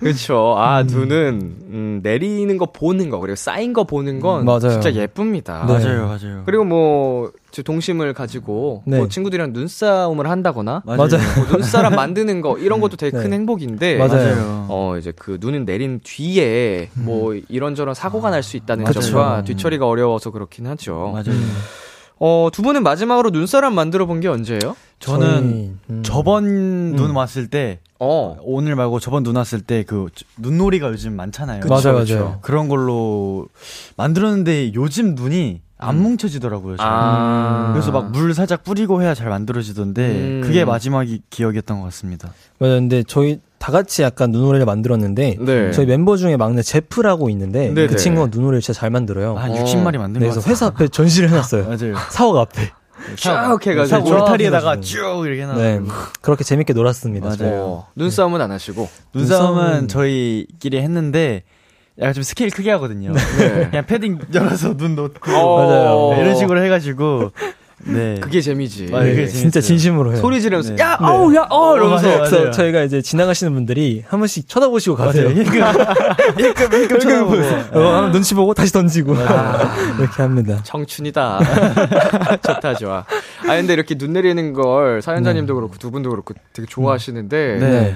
B: 그쵸. 아, 눈은, 음, 내리는 거 보는 거, 그리고 쌓인 거 보는 건
D: 음, 맞아요.
B: 진짜 예쁩니다.
D: 네.
E: 맞아요, 맞아요.
B: 그리고 뭐, 저 동심을 가지고,
D: 네.
B: 뭐 친구들이랑 눈싸움을 한다거나,
D: 맞아요.
B: 뭐 눈사람 만드는 거, 이런 것도 되게
D: 네.
B: 큰 행복인데,
D: 맞아요. 음.
B: 어, 이제 그 눈은 내린 뒤에 뭐 이런저런 사고가 날 수 있다는
D: 그쵸.
B: 점과 뒤처리가 어려워서 그렇긴 하죠.
D: 음,
E: 맞아요.
B: 어, 두 분은 마지막으로 눈사람 만들어 본 게 언제예요?
E: 저는
D: 저희, 음.
E: 저번 눈 왔을 때
B: 어.
E: 오늘 말고 저번 눈 왔을 때 그 눈놀이가 요즘 많잖아요.
D: 그쵸, 맞아요, 그쵸. 맞아요.
E: 그런 걸로 만들었는데 요즘 눈이
D: 음.
E: 안 뭉쳐지더라고요. 저는.
B: 아.
E: 그래서 막 물 살짝 뿌리고 해야 잘 만들어지던데
B: 음.
E: 그게 마지막 기억이었던 것 같습니다.
D: 맞아요. 근데 저희 다 같이 약간 눈오리를 만들었는데
B: 네.
D: 저희 멤버 중에 막내 제프라고 있는데
B: 네네.
D: 그 친구가 눈오리를 진짜 잘 만들어요.
E: 아, 한 60마리 만든
D: 네,
E: 것
D: 그래서
E: 같아요.
D: 회사 앞에 전시를 해놨어요.
E: 맞아요.
D: 사옥 앞에.
B: 쫙
E: 사
B: 해가지고.
D: 사고. 좋아하셔가지고.
E: 울타리에다가 쭉 이렇게 해놔.
D: 네. 그렇게 재밌게 놀았습니다.
E: 맞아요.
B: 어,
D: 네.
B: 눈싸움은 안 하시고.
E: 눈싸움은
D: 눈싸움은
E: 저희끼리 했는데 약간 좀 스케일 크게 하거든요.
B: 네.
E: 그냥 패딩 열어서 눈 놓고
B: 맞아요.
E: 네, 이런 식으로 해가지고 네
B: 그게 재미지.
E: 맞아요.
D: 네,
E: 그게
D: 진짜
E: 재밌어요.
D: 진심으로 해요.
B: 소리 지르면서,
E: 네.
B: 야, 어우, 야, 어! 이러면서.
E: 맞아요, 맞아요.
D: 그래서 저희가 이제 지나가시는 분들이 한 번씩 쳐다보시고 가세요.
E: 힐끔 힐끔 쳐다보고 아.
D: 어, 한번 눈치 보고 다시 던지고 이렇게 합니다.
B: 청춘이다. 좋다, 좋아. 아, 근데 이렇게 눈 내리는 걸 사연자님도 그렇고 두 분도 그렇고 되게 좋아하시는데.
E: 네.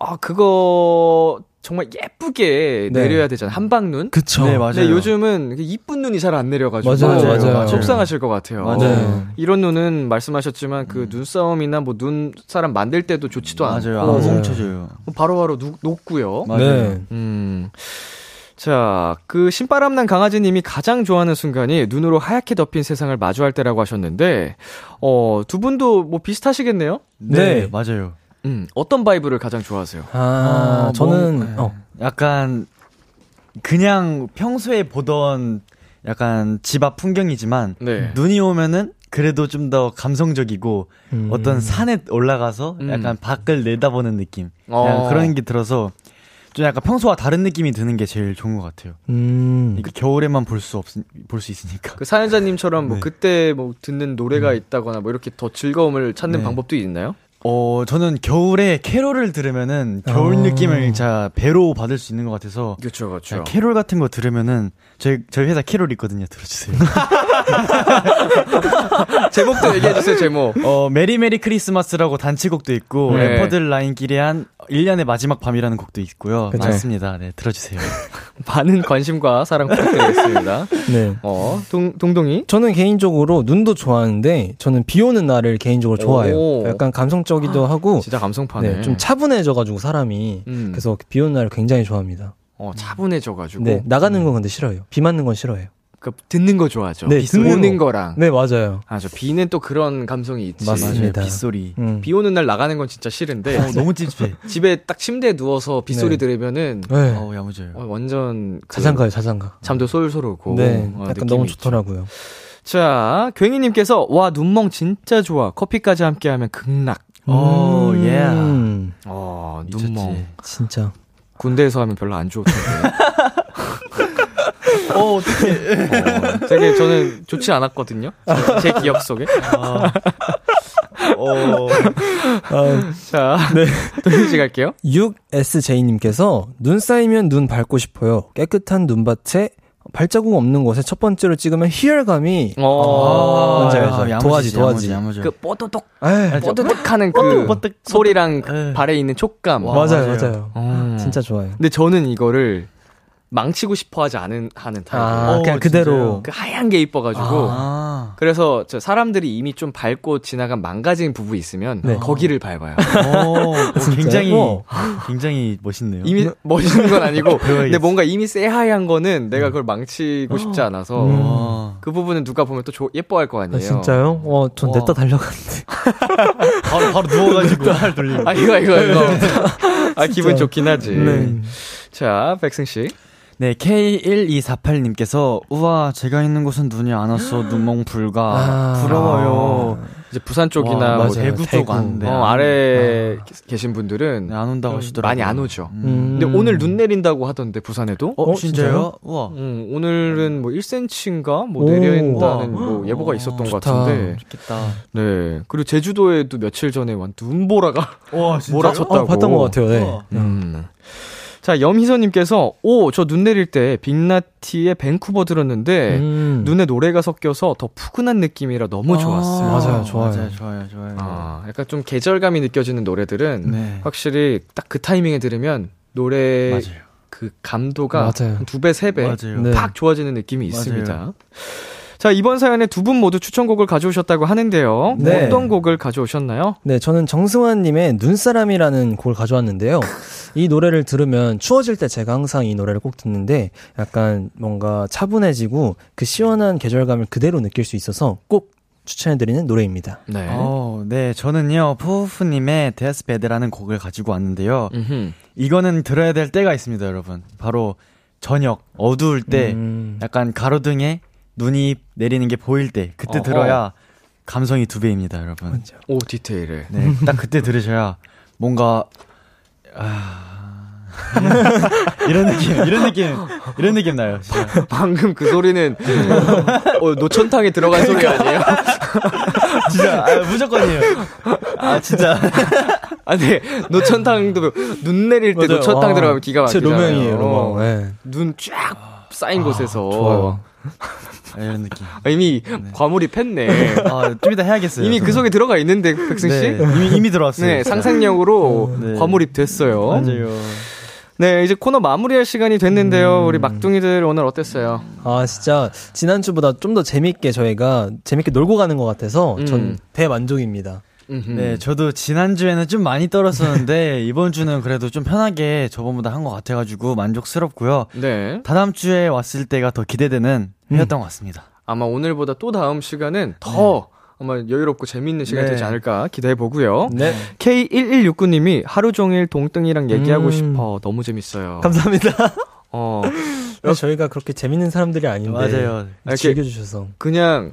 B: 아, 그거 정말 예쁘게
D: 네.
B: 내려야 되잖아요. 한방 눈?
D: 그쵸.
E: 네, 맞아요.
B: 근데 요즘은 그 이쁜 눈이 잘 안 내려가지고
D: 맞아요, 맞아요.
B: 막 속상하실 것 같아요.
D: 맞아요.
B: 이런 눈은 말씀하셨지만 그 눈싸움이나 뭐 눈 사람 만들 때도 좋지도
E: 맞아요 뭐.
B: 않고
E: 안 뭉쳐져요
B: 바로바로 누- 녹고요.
E: 맞아요
D: 네.
B: 음. 자, 그 신바람난 강아지님이 가장 좋아하는 순간이 눈으로 하얗게 덮인 세상을 마주할 때라고 하셨는데, 어, 두 분도 뭐 비슷하시겠네요?
D: 네.
E: 맞아요
B: 음, 어떤 바이브를 가장 좋아하세요?
D: 아,
E: 아,
D: 저는 어,
E: 약간 그냥 평소에 보던 약간 집 앞 풍경이지만
B: 네.
E: 눈이 오면은 그래도 좀 더 감성적이고
D: 음.
E: 어떤 산에 올라가서
B: 음.
E: 약간 밖을 내다보는 느낌
B: 어.
E: 약간 그런 게 들어서 좀 약간 평소와 다른 느낌이 드는 게 제일 좋은 것 같아요.
D: 음.
E: 이게 겨울에만 볼 수 없, 볼 수 있으니까.
B: 그 사연자님처럼 뭐
E: 네.
B: 그때 뭐 듣는
D: 음.
B: 노래가 있다거나 뭐 이렇게 더 즐거움을 찾는
E: 네.
B: 방법도 있나요?
E: 어, 저는 겨울에 캐롤을 들으면은 겨울
D: 아.
E: 느낌을 자 배로 받을 수 있는 것 같아서
B: 그렇죠, 그렇죠.
E: 야, 캐롤 같은 거 들으면은 저희 저희 회사 캐롤 있거든요. 들어주세요.
B: 제목도 얘기해주세요, 제목.
E: 어, 메리 메리 크리스마스라고 단체곡도 있고
B: 네.
E: 래퍼들 라인끼리 한 1년의 마지막 밤이라는 곡도 있고요.
D: 그쵸.
E: 많습니다. 네, 들어주세요.
B: 많은 관심과 사랑 부탁드리겠습니다.
D: 네.
B: 어, 동, 동동이?
D: 저는 개인적으로 눈도 좋아하는데 저는 비 오는 날을 개인적으로 좋아해요.
B: 오. 아,
D: 약간 감성적이기도 하고
B: 진짜 감성파네.
D: 네, 좀 차분해져 가지고 사람이
B: 음.
D: 그래서 비 오는 날을 굉장히 좋아합니다.
B: 어, 차분해져가지고. 음.
D: 네. 나가는 건 근데 싫어요. 비 맞는 건 싫어해요.
B: 그 듣는 거 좋아하죠.
D: 네, 듣는
B: 보는
D: 거.
B: 거랑.
D: 네, 맞아요.
B: 아, 저 비는 또 그런 감성이 있지. 네,
D: 맞습니다.
E: 맞아요. 빗소리.
D: 음.
B: 비 오는 날 나가는 건 진짜 싫은데
E: 어, 너무 찝찝해.
B: 집에 딱 침대에 누워서 빗소리
D: 네.
B: 들으면은
D: 네.
E: 어우, 야무져요.
B: 어, 완전 그
D: 자장가요, 자장가.
B: 잠도 솔솔 오고
D: 네.
B: 어,
D: 약간
B: 느낌이
D: 너무
B: 있죠.
D: 좋더라고요.
B: 자, 괭이님께서 와 눈멍 진짜 좋아. 커피까지 함께하면 극락.
E: 오, 예.
B: 아.
D: 음,
B: 어,
E: 미쳤지.
B: 눈멍.
D: 진짜.
B: 군대에서 하면 별로 안 좋던데.
E: 어,
B: 어,
E: 어떡해.
B: 되게 저는 좋지 않았거든요. 제, 제 기억 속에.
D: 아.
E: 어.
B: 자, 네. 도윤씨 갈게요.
D: 6SJ님께서 눈 쌓이면 눈 밟고 싶어요. 깨끗한 눈밭에 발자국 없는 곳에 첫 번째로 찍으면 희열감이
B: 어,
D: 맞아요, 맞아요.
E: 야무지지,
D: 도화지, 도화지.
E: 야무지, 야무지.
B: 그 뽀또똑
D: 에이,
B: 뽀득뽀득 하는 그
E: 뽀득뽀득.
B: 소리랑
E: 네.
B: 발에 있는 촉감.
D: 맞아요, 맞아요.
B: 음.
D: 진짜 좋아요.
B: 근데 저는 이거를 망치고 싶어 하지 않은, 하는 타입이에요.
D: 아,
E: 어,
D: 그냥 그대로.
B: 그 하얀 게 이뻐가지고.
E: 아.
B: 그래서 저 사람들이 이미 좀 밟고 지나간 망가진 부부 있으면
D: 네.
B: 거기를 밟아요.
E: 오, 오, 어, 굉장히,
D: 어.
E: 굉장히 멋있네요.
B: 이미 멋있는 건 아니고 근데
E: 배워야겠어.
B: 뭔가 이미 쎄하얀 거는 내가 그걸 망치고 싶지 않아서
E: 어.
B: 그 부분은 누가 보면 또 조- 예뻐할 거 아니에요.
D: 아, 진짜요? 어, 전 냅다 달려갔는데.
E: 바로, 바로 누워가지고 날 돌리고.
B: 아 이거 이거 이거. 아 기분 좋긴 하지.
D: 네.
B: 자 백승 씨.
E: 네, K1248님께서, 우와, 제가 있는 곳은 눈이 안 왔어. 눈멍 불가.
D: 아.
E: 부러워요.
B: 이제 부산 쪽이나 뭐
E: 와, 맞아요.
B: 대구
E: 대구 쪽 안, 돼.
B: 어, 아래 계- 계신 분들은
E: 네, 안 온다고 하시더라고요.
B: 음, 많이 안 오죠.
E: 음.
B: 근데 어, 오늘 눈 내린다고 하던데 부산에도?
E: 어,
D: 어,
E: 진짜요?
D: 진짜요?
E: 우와.
B: 음, 오늘은 뭐 1cm인가 뭐
D: 오.
B: 내린다는
D: 와.
B: 뭐 예보가 있었던 것
D: 좋다.
B: 같은데.
E: 좋겠다.
B: 네. 그리고 제주도에도 며칠 전에 완 눈보라가
E: 와, 진짜.
B: 몰아쳤다고.
D: 어, 봤던 것 같아요, 네.
B: 음. 자, 염희선님께서, 오, 저 눈 내릴 때 빅나티의 밴쿠버 들었는데,
D: 음.
B: 네. 눈에 노래가 섞여서 더 푸근한 느낌이라 너무 좋았어요.
D: 맞아요, 좋아요.
E: 맞아요, 좋아요, 좋아요.
B: 아, 약간 좀 계절감이 느껴지는 노래들은
E: 네.
B: 확실히 딱 그 타이밍에 들으면 노래
E: 맞아요.
B: 그 감도가
D: 맞아요.
B: 두 배, 세 배 팍
E: 맞아요.
D: 네.
B: 좋아지는 느낌이
E: 맞아요.
B: 있습니다. 자, 이번 사연에 두 분 모두 추천곡을 가져오셨다고 하는데요. 뭐
D: 네.
B: 어떤 곡을 가져오셨나요?
D: 네, 저는 정승환님의 눈사람이라는 곡을 가져왔는데요. 이 노래를 들으면 추워질 때 제가 항상 이 노래를 꼭 듣는데 약간 뭔가 차분해지고 그 시원한 계절감을 그대로 느낄 수 있어서 꼭 추천해드리는 노래입니다.
B: 네.
E: 어, 네, 저는요, 포우프님의 데스베드라는 곡을 가지고 왔는데요.
D: 음.
E: 이거는 들어야 될 때가 있습니다, 여러분. 바로 저녁, 어두울 때,
D: 음.
E: 약간 가로등에 눈이 내리는 게 보일 때, 그때
B: 어허.
E: 들어야 감성이 두 배입니다, 여러분.
B: 오, 디테일에.
E: 네, 딱 그때 들으셔야 뭔가, 아. 이런 느낌, 이런 느낌, 이런 느낌 나요, 진짜.
B: 방금 그 소리는 어, 노천탕에 들어간 소리
D: 그러니까.
B: 아니에요?
E: 진짜, 아, 무조건이에요. 아, 진짜.
B: 아니 노천탕도 눈 내릴 때
D: 맞아요.
B: 노천탕
D: 아,
B: 들어가면 기가
D: 제
B: 막히잖아요. 어.
D: 로망이에요, 로망. 네. 아,
B: 눈 쫙 쌓인 곳에서
D: 좋아요.
E: 아, 이런 느낌.
B: 아, 이미 과몰입 했네.
E: 네. 아, 좀 이따 해야겠어요.
B: 이미 그
E: 저는.
B: 속에 들어가 있는데 백승 씨.
E: 네,
B: 네.
E: 이미, 이미 들어왔어요. 진짜.
B: 상상력으로
E: 네.
B: 과몰입 됐어요.
E: 맞아요.
B: 네, 이제 코너 마무리할 시간이
E: 음.
B: 됐는데요. 우리 막둥이들 오늘 어땠어요?
D: 아 진짜 지난주보다 좀 더 재밌게 저희가 재밌게 놀고 가는 것 같아서
B: 음.
D: 전 대만족입니다.
E: 네, 저도 지난주에는 좀 많이 떨었었는데, 이번 주는 그래도 좀 편하게 저번보다 한 것 같아가지고 만족스럽고요.
B: 네.
E: 다다음 주에 왔을 때가 더 기대되는 회였던 것 같습니다.
B: 아마 오늘보다 또 다음 시간은 더 아마 여유롭고 재미있는 시간이
E: 네.
B: 되지 않을까 기대해 보고요.
D: 네.
B: K1169님이 하루 종일 동등이랑 얘기하고
D: 음.
B: 싶어. 너무 재밌어요.
D: 감사합니다.
B: 어,
D: 네, 저희가 그렇게 재밌는 사람들이 아닌데
E: 맞아요.
B: 이렇게
D: 즐겨주셔서
B: 음. 그냥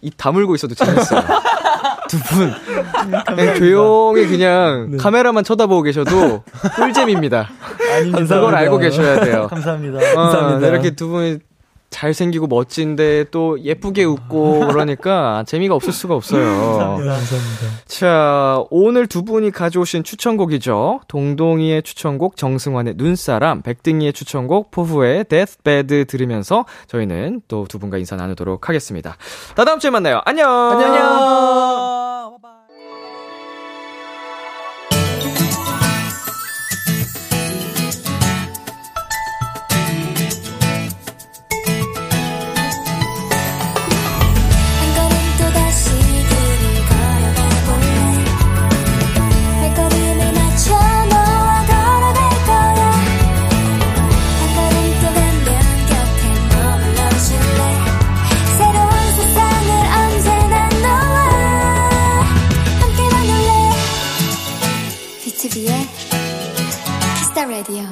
B: 입 다물고 있어도 재밌어요. 두 분. 그냥 조용히 그냥
E: 네.
B: 카메라만 쳐다보고 계셔도 꿀잼입니다.
E: 아닙니다.
B: 그걸 알고 계셔야 돼요.
E: 감사합니다.
B: 어,
D: 감사합니다.
B: 이렇게 두 분이 잘생기고 멋진데 또 예쁘게 웃고 그러니까 재미가 없을 수가 없어요.
D: 감사합니다.
B: 자, 오늘 두 분이 가져오신 추천곡이죠. 동동이의 추천곡 정승환의 눈사람, 백등이의 추천곡 포후의 데스베드 들으면서 저희는 또 두 분과 인사 나누도록 하겠습니다. 다다음 주에 만나요. 안녕!
I: 한 걸음 또다시 길을 걸어가 볼래 발걸음을 맞춰 너와 걸어갈 거야 한 걸음 또 가면 곁에 머물러 줄래 새로운 세상을 언제나 너와 함께 만날래 B2B의 키스타 라디오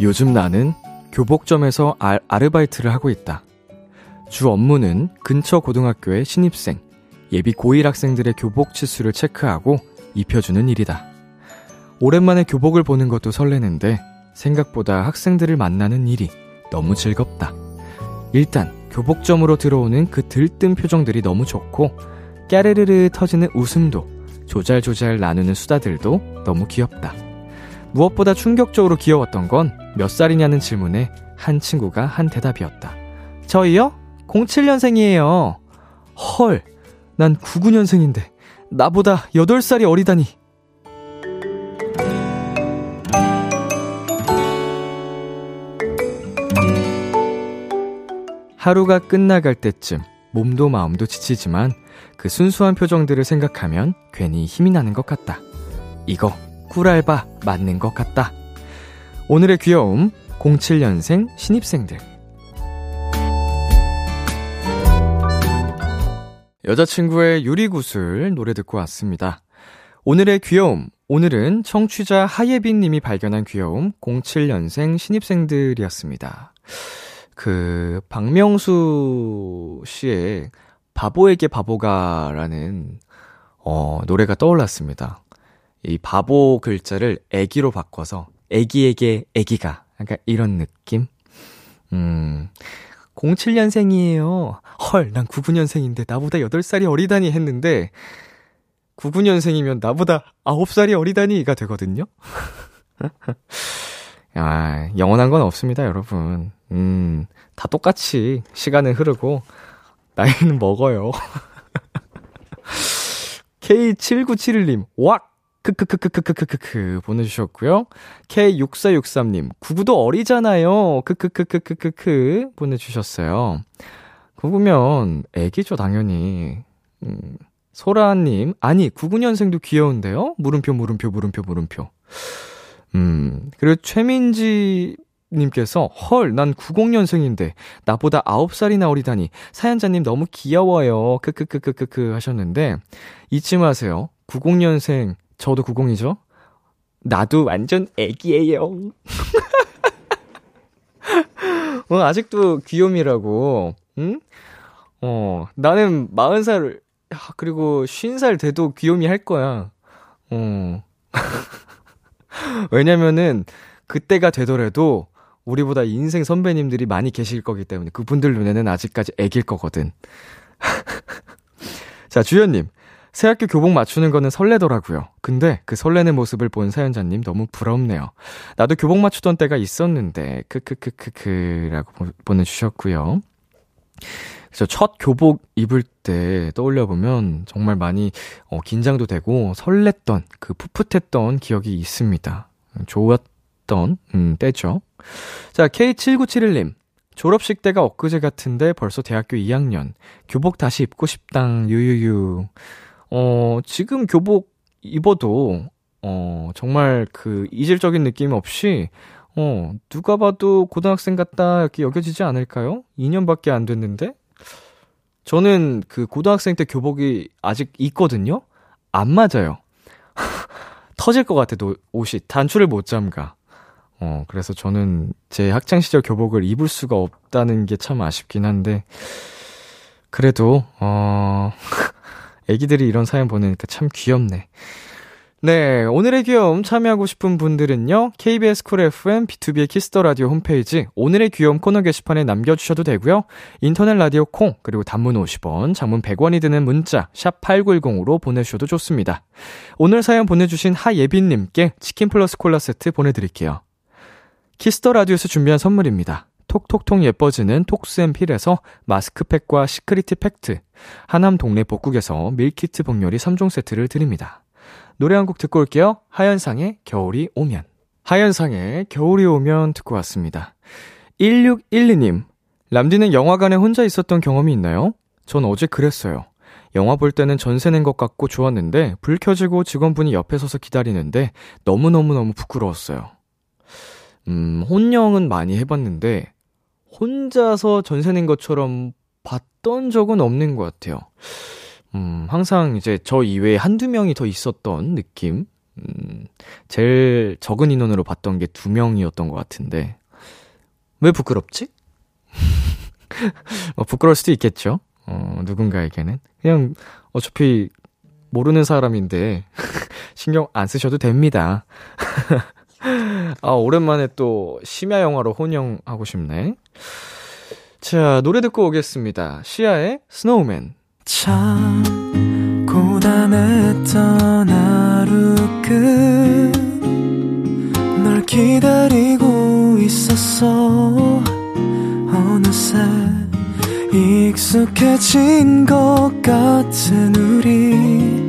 B: 요즘 나는 교복점에서 아, 아르바이트를 하고 있다. 주 업무는 근처 고등학교의 신입생, 예비 고1 학생들의 교복 치수를 체크하고 입혀주는 일이다. 오랜만에 교복을 보는 것도 설레는데 생각보다 학생들을 만나는 일이 너무 즐겁다. 일단 교복점으로 들어오는 그 들뜬 표정들이 너무 좋고 까르르르 터지는 웃음도 조잘조잘 나누는 수다들도 너무 귀엽다. 무엇보다 충격적으로 귀여웠던 건 몇 살이냐는 질문에 한 친구가 한 대답이었다. 저희요? 07년생이에요. 헐, 난 99년생인데 나보다 8살이 어리다니. 하루가 끝나갈 때쯤 몸도 마음도 지치지만 그 순수한 표정들을 생각하면 괜히 힘이 나는 것 같다. 이거 꿀알바 맞는 것 같다. 오늘의 귀여움 07년생 신입생들 여자친구의 유리구슬 노래 듣고 왔습니다. 오늘의 귀여움 오늘은 청취자 하예빈 님이 발견한 귀여움 07년생 신입생들이었습니다. 그 박명수 씨의 바보에게 바보가라는 어 노래가 떠올랐습니다. 이 바보 글자를 애기로 바꿔서 애기에게 애기가 약간 이런 느낌? 음. 07년생이에요. 헐, 난 99년생인데 나보다 8살이 어리다니 했는데 99년생이면 나보다 9살이 어리다니가 되거든요. 아, 영원한 건 없습니다, 여러분. 음. 다 똑같이 시간은 흐르고 나이는 먹어요. K7971님, 왁! 크크크크크크크크 보내주셨고요. K6463님, 구구도 어리잖아요. 크크크크크크크 보내주셨어요. 구구면 애기죠 당연히. 음, 소라님, 아니 99년생도 귀여운데요. 물음표 물음표 물음표 물음표. 음 그리고 최민지 님께서 헐, 난 90년생인데 나보다 9살이나 어리다니 사연자님 너무 귀여워요. 크크크크크크 하셨는데 잊지 마세요. 90년생 저도 90이죠. 나도 완전 애기예요. 어, 아직도 귀요미라고. 응? 어, 나는 40살 야, 그리고 50살 돼도 귀요미 할 거야. 어. 왜냐면은 그때가 되더라도 우리보다 인생 선배님들이 많이 계실 거기 때문에 그분들 눈에는 아직까지 애길 거거든. 자, 주연님. 새 학교 교복 맞추는 거는 설레더라고요. 근데 그 설레는 모습을 본 사연자님 너무 부럽네요. 나도 교복 맞추던 때가 있었는데, 크크크크크라고 보- 보내주셨고요. 그래서 첫 교복 입을 때 떠올려보면 정말 많이 어, 긴장도 되고 설렜던 그 풋풋했던 기억이 있습니다. 좋았던 음, 때죠. 자, K7971님. 졸업식 때가 엊그제 같은데 벌써 대학교 2학년. 교복 다시 입고 싶당, 유유유. 어, 지금 교복 입어도, 어, 정말 그 이질적인 느낌 없이, 어, 누가 봐도 고등학생 같다, 이렇게 여겨지지 않을까요? 2년밖에 안 됐는데? 저는 그 고등학생 때 교복이 아직 있거든요? 안 맞아요. 터질 것 같아, 노- 옷이. 단추를 못 잠가. 어, 그래서 저는 제 학창시절 교복을 입을 수가 없다는 게 참 아쉽긴 한데, 그래도, 어, 애기들이 이런 사연 보내니까 참 귀엽네. 네, 오늘의 귀여움 참여하고 싶은 분들은요, KBS 쿨 FM, B2B의 키스터 라디오 홈페이지, 오늘의 귀여움 코너 게시판에 남겨주셔도 되고요, 인터넷 라디오 콩, 그리고 단문 50원, 장문 100원이 드는 문자, 샵8910으로 보내주셔도 좋습니다. 오늘 사연 보내주신 하예빈님께 치킨 플러스 콜라 세트 보내드릴게요. 키스터 라디오에서 준비한 선물입니다. 톡톡톡 예뻐지는 톡스앤필에서 마스크팩과 시크리티 팩트, 하남 동네 복국에서 밀키트 복요리 3종 세트를 드립니다. 노래 한 곡 듣고 올게요. 하현상의 겨울이 오면. 하현상의 겨울이 오면 듣고 왔습니다. 1612님, 람디는 영화관에 혼자 있었던 경험이 있나요? 전 어제 그랬어요. 영화 볼 때는 전세 낸 것 같고 좋았는데, 불 켜지고 직원분이 옆에 서서 기다리는데, 너무너무너무 부끄러웠어요. 음, 혼영은 많이 해봤는데, 혼자서 전세 낸 것처럼 봤던 적은 없는 것 같아요. 음, 항상 이제 저 이외에 한두 명이 더 있었던 느낌? 음, 제일 적은 인원으로 봤던 게 두 명이었던 것 같은데, 왜 부끄럽지? 뭐 부끄러울 수도 있겠죠. 어, 누군가에게는. 그냥 어차피 모르는 사람인데, 신경 안 쓰셔도 됩니다. 아, 오랜만에 또 심야 영화로 혼영하고 싶네. 자, 노래 듣고 오겠습니다. 시아의 스노우맨.
C: 참 고단했던 하루 끝널 기다리고 있었어 어느새 익숙해진 것 같은 우리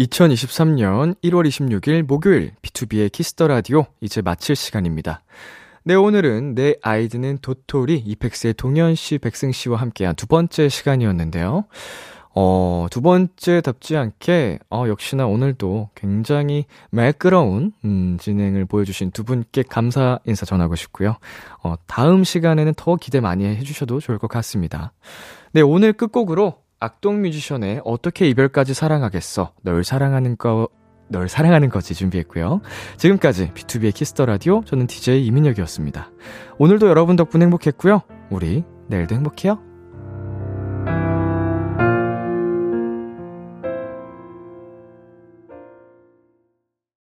B: 2023년 1월 26일 목요일 B2B의 키스터 라디오 이제 마칠 시간입니다. 네, 오늘은 내 아이디는 도토리, 이펙스의 동현 씨, 백승 씨와 함께한 두 번째 시간이었는데요. 어, 두 번째 답지 않게, 어, 역시나 오늘도 굉장히 매끄러운, 음, 진행을 보여주신 두 분께 감사 인사 전하고 싶고요. 어, 다음 시간에는 더 기대 많이 해주셔도 좋을 것 같습니다. 네, 오늘 끝곡으로 악동 뮤지션의 어떻게 이별까지 사랑하겠어. 널 사랑하는 거, 널 사랑하는 거지 준비했고요. 지금까지 B2B의 키스터 라디오 저는 DJ 이민혁이었습니다. 오늘도 여러분 덕분 행복했고요. 우리 내일도 행복해요.